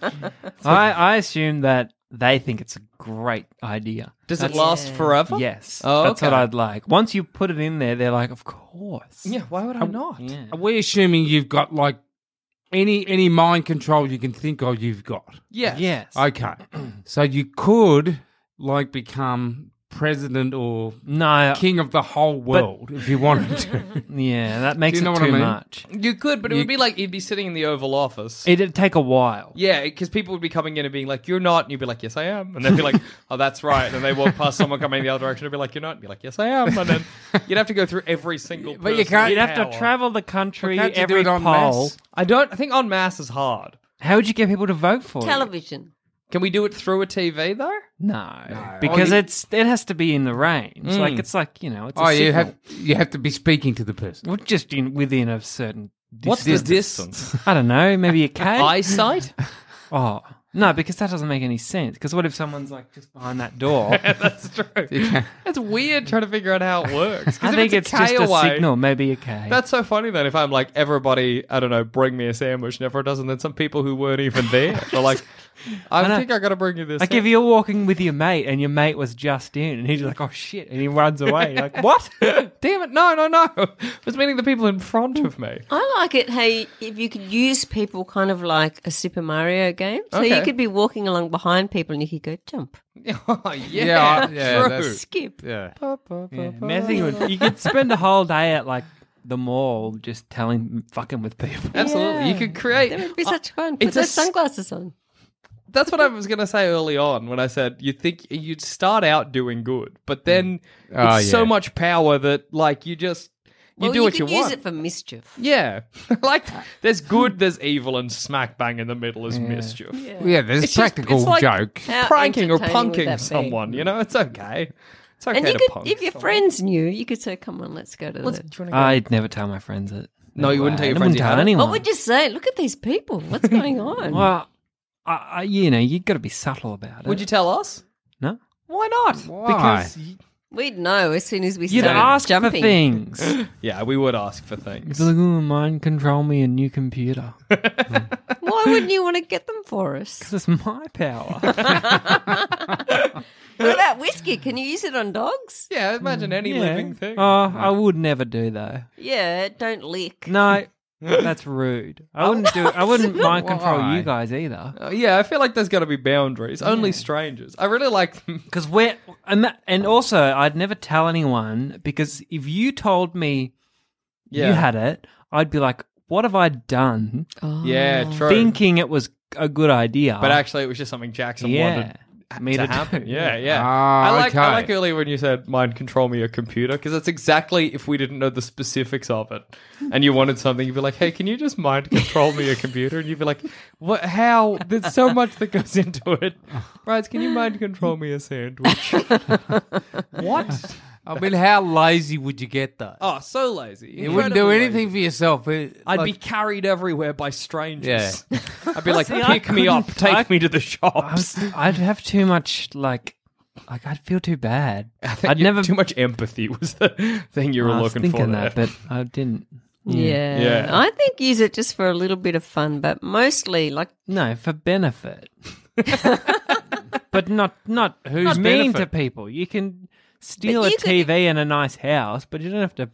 [SPEAKER 3] I assume that they think it's a great idea.
[SPEAKER 1] Does it
[SPEAKER 3] That's-
[SPEAKER 1] last forever?
[SPEAKER 3] Yes,
[SPEAKER 1] Oh,
[SPEAKER 3] that's what
[SPEAKER 1] okay.
[SPEAKER 3] I'd like. Once you put it in there, they're like, "Of course."
[SPEAKER 1] Yeah. Why would I not?
[SPEAKER 3] Yeah.
[SPEAKER 4] Are we assuming you've got like any any mind control you can think of? You've got
[SPEAKER 1] Yes.
[SPEAKER 3] Yes.
[SPEAKER 4] okay. so you could like become president or
[SPEAKER 3] no.
[SPEAKER 4] king of the whole world if you wanted to.
[SPEAKER 3] Yeah, that makes
[SPEAKER 4] you know
[SPEAKER 3] it
[SPEAKER 4] what
[SPEAKER 3] too
[SPEAKER 4] I mean?
[SPEAKER 3] much.
[SPEAKER 1] You could, but it would be like you'd be sitting in the Oval Office.
[SPEAKER 3] It'd take a while.
[SPEAKER 1] yeah, because people would be coming in and being like, "You're not," and you'd be like, "Yes, I am," and they'd be like, "Oh, that's right," and they walk past someone coming in the other direction and be like, "You're not," and be like, "Yes, I am," and then you'd have to go through every single.
[SPEAKER 4] But you
[SPEAKER 1] person's
[SPEAKER 4] can't-
[SPEAKER 3] You'd have
[SPEAKER 1] power.
[SPEAKER 3] to travel the country,
[SPEAKER 4] Can't you do
[SPEAKER 3] every
[SPEAKER 4] it en
[SPEAKER 3] poll.
[SPEAKER 4] masse?
[SPEAKER 1] I don't. I think on mass is hard.
[SPEAKER 3] How would you get people to vote
[SPEAKER 1] Oh,
[SPEAKER 3] for it?
[SPEAKER 5] Television.
[SPEAKER 1] Can we do it through a TV though?
[SPEAKER 3] No, because
[SPEAKER 4] Oh, you-
[SPEAKER 3] it's it has to be in the range. Like it's like you know, it's a
[SPEAKER 4] Oh, you
[SPEAKER 3] signal.
[SPEAKER 4] have you have to be speaking to the person.
[SPEAKER 3] Well, just in within a certain. Distance.
[SPEAKER 1] What's the distance?
[SPEAKER 3] I don't know. Maybe a K.
[SPEAKER 1] Eyesight?
[SPEAKER 3] Oh no, because that doesn't make any sense. Because what if someone's like just behind that door?
[SPEAKER 1] That's true. That's weird trying to figure out how it works.
[SPEAKER 3] I
[SPEAKER 1] 'Cause if
[SPEAKER 3] think
[SPEAKER 1] it's,
[SPEAKER 3] it's,
[SPEAKER 1] a K
[SPEAKER 3] just
[SPEAKER 1] away,
[SPEAKER 3] a signal. Maybe a K.
[SPEAKER 1] That's so funny then if I'm like, everybody, I don't know, bring me a sandwich and everyone does, and then some people who weren't even there are like, I,
[SPEAKER 3] know.
[SPEAKER 1] think I gotta bring you this.
[SPEAKER 3] like if you're walking with your mate and your mate was just in, and he's like, "Oh shit," and he runs away. You're like what?
[SPEAKER 1] Damn it, no, no, no. I was meaning the people in front of me.
[SPEAKER 5] I like it how you, if you could use people kind of like a Super Mario game. So
[SPEAKER 1] Okay.
[SPEAKER 5] you could be walking along behind people and you could go jump,
[SPEAKER 1] oh, yeah,
[SPEAKER 4] Yeah, I- yeah,
[SPEAKER 1] true.
[SPEAKER 4] that's-
[SPEAKER 5] skip.
[SPEAKER 4] Yeah.
[SPEAKER 3] Yeah, nothing would. You could spend a whole day at like the mall just telling, fucking with people.
[SPEAKER 1] Absolutely. You could create.
[SPEAKER 5] That would be such fun. Put
[SPEAKER 1] Oh, it's a
[SPEAKER 5] those
[SPEAKER 1] s-
[SPEAKER 5] sunglasses on.
[SPEAKER 1] That's what I was going to say early on when I said you think you'd start out doing good, but then it's
[SPEAKER 4] Oh, yeah.
[SPEAKER 1] so much power that like you just you
[SPEAKER 5] well,
[SPEAKER 1] do
[SPEAKER 5] you
[SPEAKER 1] what
[SPEAKER 5] could
[SPEAKER 1] you
[SPEAKER 5] use
[SPEAKER 1] want.
[SPEAKER 5] it for mischief.
[SPEAKER 1] yeah, like
[SPEAKER 5] Uh,
[SPEAKER 1] there's good, there's evil, and smack bang in the middle is mischief.
[SPEAKER 4] Yeah, there's
[SPEAKER 1] It's just-
[SPEAKER 4] practical
[SPEAKER 1] it's like-
[SPEAKER 4] joke.
[SPEAKER 5] How
[SPEAKER 1] Pranking or
[SPEAKER 5] entertaining would that
[SPEAKER 1] punking
[SPEAKER 5] be?
[SPEAKER 1] someone, you know, it's okay. It's okay
[SPEAKER 5] And you
[SPEAKER 1] to
[SPEAKER 5] could,
[SPEAKER 1] punk.
[SPEAKER 5] if your
[SPEAKER 1] someone.
[SPEAKER 5] friends knew, you could say, "Come on, let's go to the."
[SPEAKER 3] I'd never tell my friends it.
[SPEAKER 1] Oh No, you wouldn't
[SPEAKER 3] way.
[SPEAKER 1] tell your
[SPEAKER 3] I
[SPEAKER 1] friends
[SPEAKER 3] wouldn't
[SPEAKER 1] you
[SPEAKER 3] tell
[SPEAKER 1] had it?
[SPEAKER 3] anyone.
[SPEAKER 5] What would you say? Look at these people. What's going on?
[SPEAKER 3] Well, I, I, you know, you've got to be subtle about it.
[SPEAKER 1] would you tell us?
[SPEAKER 3] No.
[SPEAKER 1] Why not?
[SPEAKER 4] Why?
[SPEAKER 5] We'd know as soon as we
[SPEAKER 3] You'd
[SPEAKER 5] started
[SPEAKER 3] ask
[SPEAKER 5] jumping.
[SPEAKER 3] for things. It's
[SPEAKER 1] Yeah, we would ask for things.
[SPEAKER 3] like, oh, mine control me a new computer.
[SPEAKER 5] Why wouldn't you want to get them for us?
[SPEAKER 3] This is my power.
[SPEAKER 5] What about whiskey? Can you use it on dogs?
[SPEAKER 1] Mm, Yeah, Uh, imagine any
[SPEAKER 3] Yeah.
[SPEAKER 1] living thing.
[SPEAKER 3] Oh, I would never do though.
[SPEAKER 5] Yeah, don't lick.
[SPEAKER 3] No, that's rude. I
[SPEAKER 1] Oh,
[SPEAKER 3] wouldn't do. I wouldn't mind control
[SPEAKER 4] Why?
[SPEAKER 3] you guys either.
[SPEAKER 1] Uh, yeah, I feel like there's got to be boundaries. Only strangers. I really like
[SPEAKER 3] Because we're and, that- and also I'd never tell anyone because if you told me
[SPEAKER 1] Yeah.
[SPEAKER 3] you had it, I'd be like, what have I done?
[SPEAKER 1] Yeah, true.
[SPEAKER 3] Thinking it was a good idea,
[SPEAKER 1] but actually, it was just something Jackson
[SPEAKER 3] yeah,
[SPEAKER 1] wanted
[SPEAKER 3] me
[SPEAKER 1] to
[SPEAKER 3] do.
[SPEAKER 1] happen. Yeah, yeah.
[SPEAKER 4] Ah,
[SPEAKER 1] I like
[SPEAKER 4] okay.
[SPEAKER 1] I like earlier when you said mind control me a computer because that's exactly if we didn't know the specifics of it and you wanted something, you'd be like, hey, can you just mind control me a computer? And you'd be like, what? How? There's so much that goes into it. Right? Can you mind control me a sandwich? what?
[SPEAKER 4] I mean, how lazy would you get though?
[SPEAKER 1] Oh, so lazy.
[SPEAKER 4] you wouldn't do anything for yourself. It-
[SPEAKER 1] I'd
[SPEAKER 4] like-
[SPEAKER 1] be carried everywhere by strangers.
[SPEAKER 4] Yeah.
[SPEAKER 1] I'd be like, pick me up, take me to the
[SPEAKER 3] I was,
[SPEAKER 1] shops.
[SPEAKER 3] I'd have too much like, like I'd feel too bad.
[SPEAKER 1] think
[SPEAKER 3] I'd
[SPEAKER 1] you-
[SPEAKER 3] never
[SPEAKER 1] too much empathy was the thing you were
[SPEAKER 3] I was
[SPEAKER 1] looking
[SPEAKER 3] thinking
[SPEAKER 1] for.
[SPEAKER 3] that,
[SPEAKER 1] there.
[SPEAKER 3] but I didn't.
[SPEAKER 5] Yeah.
[SPEAKER 1] Yeah.
[SPEAKER 5] I think use it just for a little bit of fun, but mostly like
[SPEAKER 3] No, for benefit. but not not who's
[SPEAKER 4] Not
[SPEAKER 3] mean to
[SPEAKER 4] benefit.
[SPEAKER 3] people. You can steal
[SPEAKER 5] But
[SPEAKER 3] a
[SPEAKER 5] you
[SPEAKER 3] TV
[SPEAKER 5] could-
[SPEAKER 3] and a nice house, but you don't have to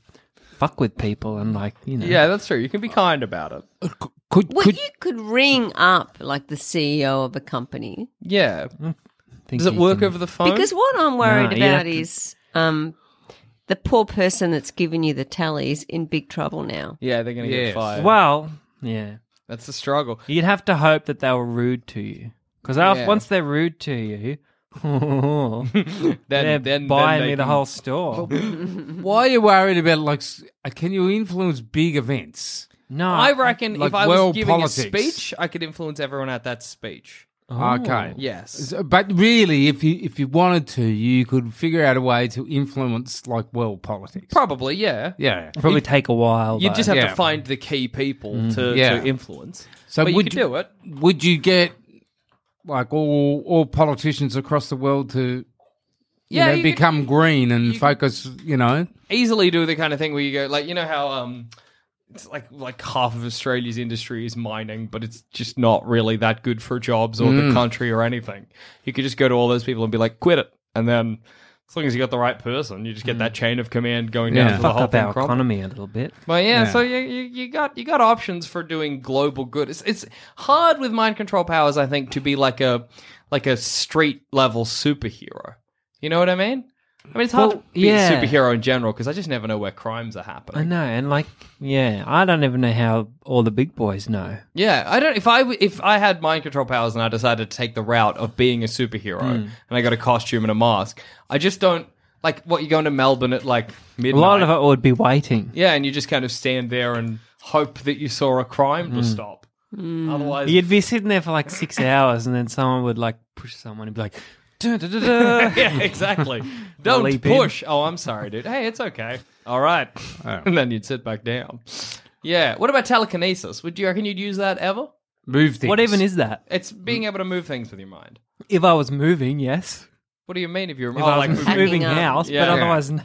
[SPEAKER 3] fuck with people and like you know.
[SPEAKER 1] yeah, that's true. You can be kind about it.
[SPEAKER 4] could,
[SPEAKER 5] well,
[SPEAKER 4] could
[SPEAKER 5] you could ring up like the CEO of a company
[SPEAKER 1] Yeah.
[SPEAKER 3] think
[SPEAKER 1] Does it
[SPEAKER 3] you
[SPEAKER 1] work
[SPEAKER 3] can-
[SPEAKER 1] over the phone?
[SPEAKER 5] because what I'm worried
[SPEAKER 3] No, you'd have
[SPEAKER 5] about
[SPEAKER 3] to-
[SPEAKER 5] is um, the poor person that's given you the tallies in big trouble now.
[SPEAKER 1] yeah, they're going to
[SPEAKER 4] Yes.
[SPEAKER 1] get fired.
[SPEAKER 3] Well, yeah,
[SPEAKER 1] That's the struggle.
[SPEAKER 3] you'd have to hope that they were rude to you because
[SPEAKER 1] Yeah.
[SPEAKER 3] once they're rude to you,
[SPEAKER 1] Then,
[SPEAKER 3] they're
[SPEAKER 1] then, then
[SPEAKER 3] buying
[SPEAKER 1] they
[SPEAKER 3] me the
[SPEAKER 1] can-
[SPEAKER 3] whole store.
[SPEAKER 4] why are you worried about like? s- uh, Can you influence big events?
[SPEAKER 3] No,
[SPEAKER 1] I reckon
[SPEAKER 4] Like
[SPEAKER 1] if I was
[SPEAKER 4] world
[SPEAKER 1] giving
[SPEAKER 4] politics.
[SPEAKER 1] a speech, I could influence everyone at that speech.
[SPEAKER 4] Okay.
[SPEAKER 1] Yes.
[SPEAKER 4] So- But really, if you if you wanted to, you could figure out a way to influence like world politics.
[SPEAKER 1] Probably, yeah.
[SPEAKER 4] Yeah.
[SPEAKER 3] Probably take a while.
[SPEAKER 1] You
[SPEAKER 3] though.
[SPEAKER 1] just have
[SPEAKER 4] Yeah. Mm.
[SPEAKER 1] to find the key people to,
[SPEAKER 4] Yeah.
[SPEAKER 1] to influence.
[SPEAKER 4] So
[SPEAKER 1] but you
[SPEAKER 4] would
[SPEAKER 1] could
[SPEAKER 4] you-
[SPEAKER 1] do it.
[SPEAKER 4] Would you get like all all politicians across the world to you
[SPEAKER 1] Yeah,
[SPEAKER 4] know,
[SPEAKER 1] you could-
[SPEAKER 4] become green and focus? You know.
[SPEAKER 1] easily do the kind of thing where you go like you know how um it's like like half of Australia's industry is mining, but it's just not really that good for jobs or the country or anything. You could just go to all those people and be like, quit it, and then as long as you got the right person, you just get that chain of command going down
[SPEAKER 4] Yeah.
[SPEAKER 1] for the
[SPEAKER 3] fuck
[SPEAKER 1] whole
[SPEAKER 3] up
[SPEAKER 1] thing
[SPEAKER 3] our
[SPEAKER 1] crumble.
[SPEAKER 3] economy a little bit.
[SPEAKER 1] But yeah, so you, you you got you got options for doing global good. It's it's hard with mind control powers, I think, to be like a like a street level superhero. You know what I mean? I mean, it's hard
[SPEAKER 5] Well,
[SPEAKER 1] to be
[SPEAKER 5] yeah.
[SPEAKER 1] a superhero in general because I just never know where crimes are happening.
[SPEAKER 3] I know, and like, yeah, I don't even know how all the big boys know.
[SPEAKER 1] Yeah, I don't. If I w- if I had mind control powers and I decided to take the route of being a superhero
[SPEAKER 3] Hmm.
[SPEAKER 1] and I got a costume and a mask, I just don't like what you go into Melbourne at like
[SPEAKER 3] A
[SPEAKER 1] midnight.
[SPEAKER 3] lot of it would be waiting.
[SPEAKER 1] yeah, and you just kind of stand there and hope that you saw a crime
[SPEAKER 3] Hmm.
[SPEAKER 1] to stop. Otherwise,
[SPEAKER 3] You'd be sitting there for like six hours, and then someone would like push someone and be like, "Dun, dun, dun, dun."
[SPEAKER 1] yeah, exactly. Don't
[SPEAKER 3] leap in.
[SPEAKER 1] push. Oh, I'm sorry, dude. Hey, it's okay. All right, and then you'd sit back down. Yeah. What about telekinesis? Would you reckon you'd use that ever?
[SPEAKER 4] Move things.
[SPEAKER 3] what even is that?
[SPEAKER 1] It's being able to move things with your mind.
[SPEAKER 3] If I was moving, yes.
[SPEAKER 1] What do you mean if you're
[SPEAKER 3] If
[SPEAKER 1] oh,
[SPEAKER 3] I
[SPEAKER 1] like
[SPEAKER 3] was
[SPEAKER 1] moving?
[SPEAKER 3] moving
[SPEAKER 5] Hanging up.
[SPEAKER 3] house,
[SPEAKER 1] Yeah.
[SPEAKER 3] but otherwise no.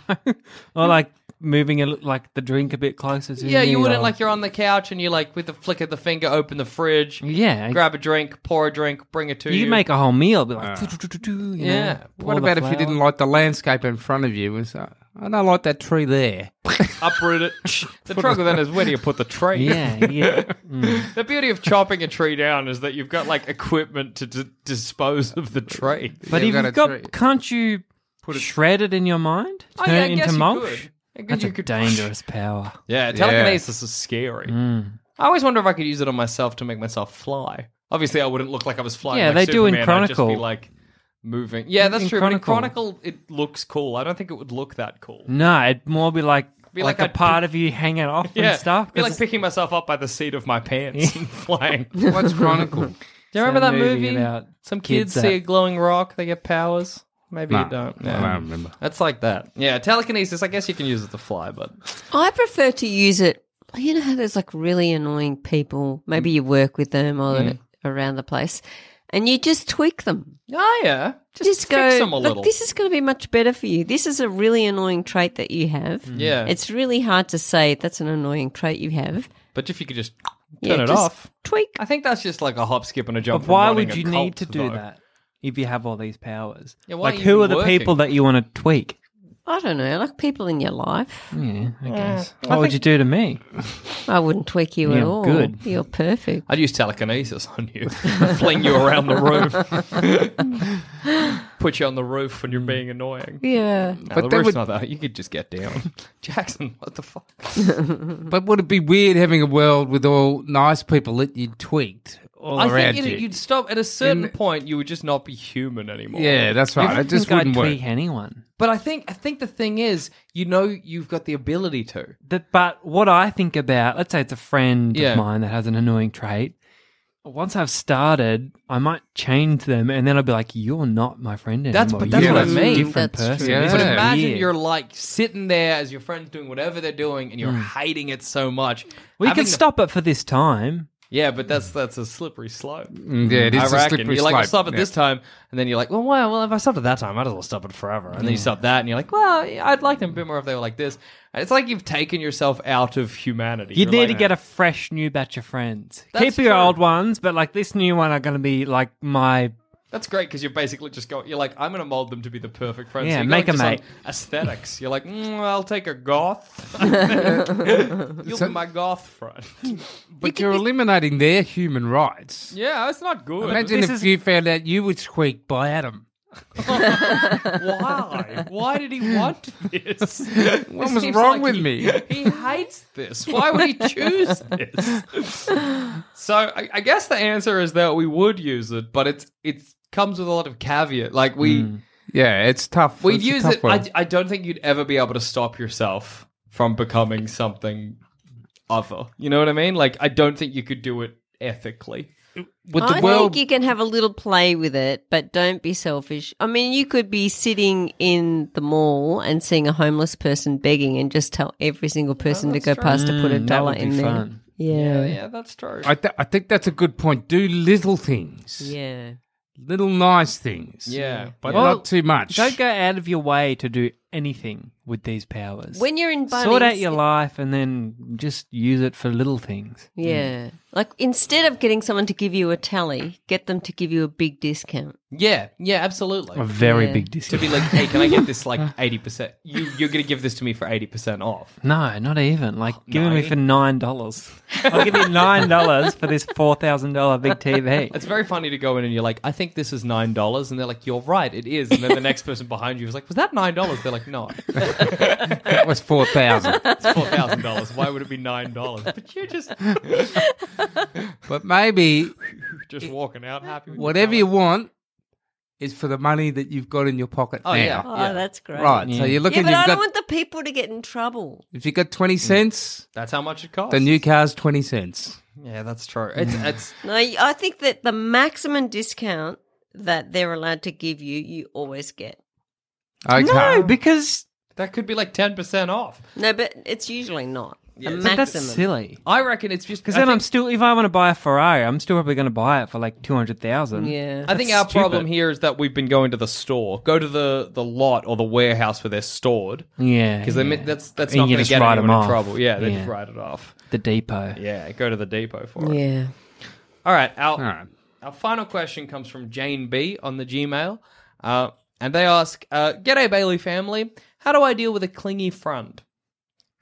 [SPEAKER 3] or like moving a, li- like the drink a bit closer to
[SPEAKER 1] Yeah,
[SPEAKER 3] me,
[SPEAKER 1] you
[SPEAKER 3] or-
[SPEAKER 1] wouldn't like you're on the couch and you like with the flick of the finger open the fridge,
[SPEAKER 3] yeah.
[SPEAKER 1] grab a drink, pour a drink, bring it to
[SPEAKER 3] you
[SPEAKER 1] you.
[SPEAKER 3] could make a whole meal, be like, "Du-du-du-du-du," you know,
[SPEAKER 1] Yeah.
[SPEAKER 3] pour
[SPEAKER 4] What
[SPEAKER 3] the
[SPEAKER 4] about if you
[SPEAKER 3] flour.
[SPEAKER 4] didn't like the landscape in front of you? It's, uh, I don't like that tree there.
[SPEAKER 1] uproot it. the trouble then is where do you put the tree?
[SPEAKER 3] Yeah, yeah.
[SPEAKER 1] The beauty of chopping a tree down is that you've got like equipment to d- dispose of the tree.
[SPEAKER 3] But
[SPEAKER 4] Yeah,
[SPEAKER 3] if
[SPEAKER 4] we've
[SPEAKER 3] you've
[SPEAKER 4] got
[SPEAKER 3] got,
[SPEAKER 4] a tree.
[SPEAKER 3] can't you shred it in your mind?
[SPEAKER 1] Oh,
[SPEAKER 3] Turn
[SPEAKER 1] yeah, I
[SPEAKER 3] it into
[SPEAKER 1] guess you
[SPEAKER 3] mulch?
[SPEAKER 1] could. I guess
[SPEAKER 3] That's
[SPEAKER 1] you
[SPEAKER 3] a
[SPEAKER 1] could-
[SPEAKER 3] dangerous Hmm. power.
[SPEAKER 1] Yeah, telekinesis is scary. I always wonder if I could use it on myself to make myself fly. Obviously, I wouldn't look like I was flying.
[SPEAKER 3] Yeah,
[SPEAKER 1] like
[SPEAKER 3] they do in
[SPEAKER 1] Superman. I'd just be,
[SPEAKER 3] Chronicle.
[SPEAKER 1] like moving. Yeah, that's
[SPEAKER 3] in
[SPEAKER 1] true. But in
[SPEAKER 3] Chronicle. Mm.
[SPEAKER 1] Chronicle, it looks cool. I don't think it would look that cool.
[SPEAKER 3] No, it'd more be like
[SPEAKER 1] Be
[SPEAKER 3] like,
[SPEAKER 1] like
[SPEAKER 3] a
[SPEAKER 1] a-
[SPEAKER 3] part of you hanging off and stuff.
[SPEAKER 1] Be
[SPEAKER 3] 'cause
[SPEAKER 1] like
[SPEAKER 3] it's-
[SPEAKER 1] picking myself up by the seat of my pants and flying. Do you
[SPEAKER 4] What's Chronicle?
[SPEAKER 1] remember
[SPEAKER 3] Some
[SPEAKER 1] that
[SPEAKER 3] movie
[SPEAKER 1] movie?
[SPEAKER 3] about
[SPEAKER 1] Some
[SPEAKER 3] kids
[SPEAKER 1] kids see
[SPEAKER 3] that-
[SPEAKER 1] a glowing rock, they get powers. Maybe you don't. No.
[SPEAKER 4] I don't remember.
[SPEAKER 1] That's like that. Yeah, telekinesis. I guess you can use it to fly, but
[SPEAKER 5] I prefer to use it. You know how there's like really annoying people. Maybe
[SPEAKER 1] Mm.
[SPEAKER 5] you work with them or around the place, and you just tweak them.
[SPEAKER 1] oh yeah, just,
[SPEAKER 5] Just, go.
[SPEAKER 1] fix them a
[SPEAKER 5] "Look,
[SPEAKER 1] little.
[SPEAKER 5] this is going to be much better for you. This is a really annoying trait that you have.
[SPEAKER 1] Yeah.
[SPEAKER 5] it's really hard to say that's an annoying trait you have.
[SPEAKER 1] But if you could just
[SPEAKER 5] Yeah,
[SPEAKER 1] turn it
[SPEAKER 5] just
[SPEAKER 1] off,
[SPEAKER 5] Tweak.
[SPEAKER 1] I think that's just like a hop, skip, and a jump.
[SPEAKER 3] But
[SPEAKER 1] from
[SPEAKER 3] why
[SPEAKER 1] running
[SPEAKER 3] would
[SPEAKER 1] a
[SPEAKER 3] you
[SPEAKER 1] cult,
[SPEAKER 3] need to do
[SPEAKER 1] though.
[SPEAKER 3] that if you have all these powers?
[SPEAKER 1] Yeah, why
[SPEAKER 3] like,
[SPEAKER 1] are
[SPEAKER 3] who
[SPEAKER 1] you
[SPEAKER 3] are the people
[SPEAKER 1] working?
[SPEAKER 3] that you want to tweak?
[SPEAKER 5] I don't know, like people in your life.
[SPEAKER 1] Mm.
[SPEAKER 3] Yeah, I guess. What would you do to me?
[SPEAKER 5] I wouldn't tweak you at
[SPEAKER 3] Yeah,
[SPEAKER 5] all.
[SPEAKER 3] good.
[SPEAKER 5] You're perfect.
[SPEAKER 1] I'd use telekinesis on you, fling you around the room, put you on the roof when you're being annoying.
[SPEAKER 5] Yeah.
[SPEAKER 1] but
[SPEAKER 4] But
[SPEAKER 1] the
[SPEAKER 4] that
[SPEAKER 1] roof's
[SPEAKER 4] would-
[SPEAKER 1] not that. You could just get down, Jackson. What the fuck?
[SPEAKER 4] But would it be weird having a world with all nice people that you tweaked all
[SPEAKER 1] I
[SPEAKER 4] around
[SPEAKER 1] think
[SPEAKER 4] you?
[SPEAKER 1] it, you'd stop at a certain point. You would just not be human anymore.
[SPEAKER 4] Yeah, that's right.
[SPEAKER 3] I
[SPEAKER 4] It just
[SPEAKER 3] think I'd
[SPEAKER 4] wouldn't work.
[SPEAKER 3] tweak anyone.
[SPEAKER 1] but I think I think the thing is, you know, you've got the ability to.
[SPEAKER 3] That, but what I think about, let's say it's a friend
[SPEAKER 1] Yeah.
[SPEAKER 3] of mine that has an annoying trait. Once I've started, I might change them, and then I'll be like, "You're not my friend anymore.
[SPEAKER 1] That's- but that's
[SPEAKER 3] You're
[SPEAKER 1] what I
[SPEAKER 3] a
[SPEAKER 1] mean.
[SPEAKER 3] Different
[SPEAKER 5] That's
[SPEAKER 3] person.
[SPEAKER 4] true.
[SPEAKER 3] This
[SPEAKER 4] Yeah.
[SPEAKER 1] But
[SPEAKER 3] is
[SPEAKER 1] imagine
[SPEAKER 3] weird.
[SPEAKER 1] you're like sitting there as your friend's doing whatever they're doing, and you're hating it so much.
[SPEAKER 3] Mm. We
[SPEAKER 1] Having
[SPEAKER 3] can
[SPEAKER 1] the-
[SPEAKER 3] stop it for this time.
[SPEAKER 1] Yeah, but that's that's a slippery slope.
[SPEAKER 4] Mm, Yeah, it is
[SPEAKER 1] I
[SPEAKER 4] a
[SPEAKER 1] reckon
[SPEAKER 4] slippery
[SPEAKER 1] you're like, I'll
[SPEAKER 4] slope.
[SPEAKER 1] stop at
[SPEAKER 4] Yeah.
[SPEAKER 1] this time, and then you're like, well, well, well, if I stopped at that time, I'd as well stop it forever. And
[SPEAKER 3] Mm.
[SPEAKER 1] then you stop that, and you're like, well, I'd like them a bit more if they were like this. And It's like you've taken yourself out of humanity.
[SPEAKER 3] You
[SPEAKER 1] You're
[SPEAKER 3] need
[SPEAKER 1] like-
[SPEAKER 3] to get a fresh new batch of friends.
[SPEAKER 1] That's
[SPEAKER 3] Keep your
[SPEAKER 1] true.
[SPEAKER 3] old ones, but like this new one are going to be like my
[SPEAKER 1] That's great because you're basically just going. You're like, I'm going to mold them to be the perfect friend.
[SPEAKER 3] Yeah,
[SPEAKER 1] you go,
[SPEAKER 3] make
[SPEAKER 1] like,
[SPEAKER 3] 'em
[SPEAKER 1] just on aesthetics. You're like, mm, I'll take a goth. You'll be my goth friend.
[SPEAKER 4] But you're eliminating their human rights.
[SPEAKER 1] Yeah, it's not good.
[SPEAKER 4] Imagine if you found out you were tweaked by Adam.
[SPEAKER 1] Why? Why did he want this?
[SPEAKER 4] What
[SPEAKER 1] This
[SPEAKER 4] was
[SPEAKER 1] seems
[SPEAKER 4] wrong with
[SPEAKER 1] he-
[SPEAKER 4] me?
[SPEAKER 1] He hates this. Why would he choose this? So I, I guess the answer is that we would use it, but it's it comes with a lot of caveat. Like we
[SPEAKER 4] Yeah, it's tough.
[SPEAKER 1] we'd
[SPEAKER 4] It's a
[SPEAKER 1] use
[SPEAKER 4] tough
[SPEAKER 1] it.
[SPEAKER 4] one.
[SPEAKER 1] I, I don't think you'd ever be able to stop yourself from becoming something other. You know what I mean? Like I don't think you could do it ethically.
[SPEAKER 4] would the
[SPEAKER 5] I
[SPEAKER 4] world
[SPEAKER 5] think you can have a little play with it, but don't be selfish. I mean, you could be sitting in the mall and seeing a homeless person begging and just tell every single person to go past to put a
[SPEAKER 3] Mm, that
[SPEAKER 5] dollar
[SPEAKER 3] would be
[SPEAKER 5] in there.
[SPEAKER 3] fun.
[SPEAKER 5] Yeah.
[SPEAKER 1] Yeah, that's true.
[SPEAKER 4] I, th- I think that's a good point. Do little things,
[SPEAKER 5] Yeah.
[SPEAKER 4] little nice things,
[SPEAKER 1] Yeah.
[SPEAKER 4] but
[SPEAKER 3] Well,
[SPEAKER 4] not too much.
[SPEAKER 3] Don't go out of your way to do anything with these powers.
[SPEAKER 5] When you're in Bunnings,
[SPEAKER 3] Sort out your life and then just use it for little things.
[SPEAKER 5] Yeah. Like instead of getting someone to give you a tally, get them to give you a big discount.
[SPEAKER 1] Yeah, yeah, absolutely.
[SPEAKER 3] A very
[SPEAKER 5] Yeah.
[SPEAKER 3] big
[SPEAKER 1] to
[SPEAKER 3] discount.
[SPEAKER 1] be like, hey, can I get this like eighty percent? You you're gonna give this to me for eighty percent off.
[SPEAKER 3] no, not even. Like,
[SPEAKER 1] Oh,
[SPEAKER 3] give me for nine dollars. I'll give you nine dollars for this four thousand dollar big TV.
[SPEAKER 1] It's very funny to go in and you're like, I think this is nine dollars, and they're like, you're right, it is. And then the next person behind you is like, was that nine dollars? They're like, no, it's
[SPEAKER 4] that was four thousand.
[SPEAKER 1] four thousand dollars. Why would it be nine dollars? But you're just
[SPEAKER 4] but maybe
[SPEAKER 1] just walking out happy. With your
[SPEAKER 4] whatever
[SPEAKER 1] dollar.
[SPEAKER 4] you want is for the money that you've got in your pocket
[SPEAKER 1] Oh,
[SPEAKER 4] now.
[SPEAKER 1] yeah.
[SPEAKER 5] Oh, that's great.
[SPEAKER 4] Right. So you're
[SPEAKER 5] Yeah,
[SPEAKER 4] looking.
[SPEAKER 5] but I
[SPEAKER 4] you've
[SPEAKER 5] don't
[SPEAKER 4] got,
[SPEAKER 5] want the people to get in trouble.
[SPEAKER 4] if you got twenty cents,
[SPEAKER 1] That's how much it costs.
[SPEAKER 4] the new car's twenty cents.
[SPEAKER 1] yeah, that's true. It's it's
[SPEAKER 5] No, I think that the maximum discount that they're allowed to give you, you always get.
[SPEAKER 4] Okay.
[SPEAKER 3] No, because
[SPEAKER 1] that could be like ten percent off.
[SPEAKER 5] No, but it's usually not. A
[SPEAKER 3] but
[SPEAKER 5] maximum.
[SPEAKER 3] that's silly.
[SPEAKER 1] I reckon it's just
[SPEAKER 3] Because
[SPEAKER 1] I
[SPEAKER 3] then I'm
[SPEAKER 1] think-
[SPEAKER 3] still, if I want to buy a Ferrari, I'm still probably going to buy it for like two hundred thousand.
[SPEAKER 5] Yeah.
[SPEAKER 1] I think
[SPEAKER 3] That's
[SPEAKER 1] our problem
[SPEAKER 3] stupid.
[SPEAKER 1] here is that we've been going to the store, go to the, the lot or the warehouse where they're stored,
[SPEAKER 3] yeah.
[SPEAKER 1] because
[SPEAKER 3] yeah.
[SPEAKER 1] that's that's
[SPEAKER 3] And
[SPEAKER 1] not
[SPEAKER 3] you
[SPEAKER 1] going
[SPEAKER 3] just
[SPEAKER 1] to get
[SPEAKER 3] write 'em
[SPEAKER 1] anyone in
[SPEAKER 3] off.
[SPEAKER 1] trouble. Yeah, they
[SPEAKER 3] Yeah.
[SPEAKER 1] just write it off.
[SPEAKER 3] the depot.
[SPEAKER 1] Yeah, go to the depot for it.
[SPEAKER 5] Yeah.
[SPEAKER 1] All right, our
[SPEAKER 4] All right.
[SPEAKER 1] our final question comes from Jane B on the Gmail, uh, and they ask, uh, "G'day Bailey family, how do I deal with a clingy friend?"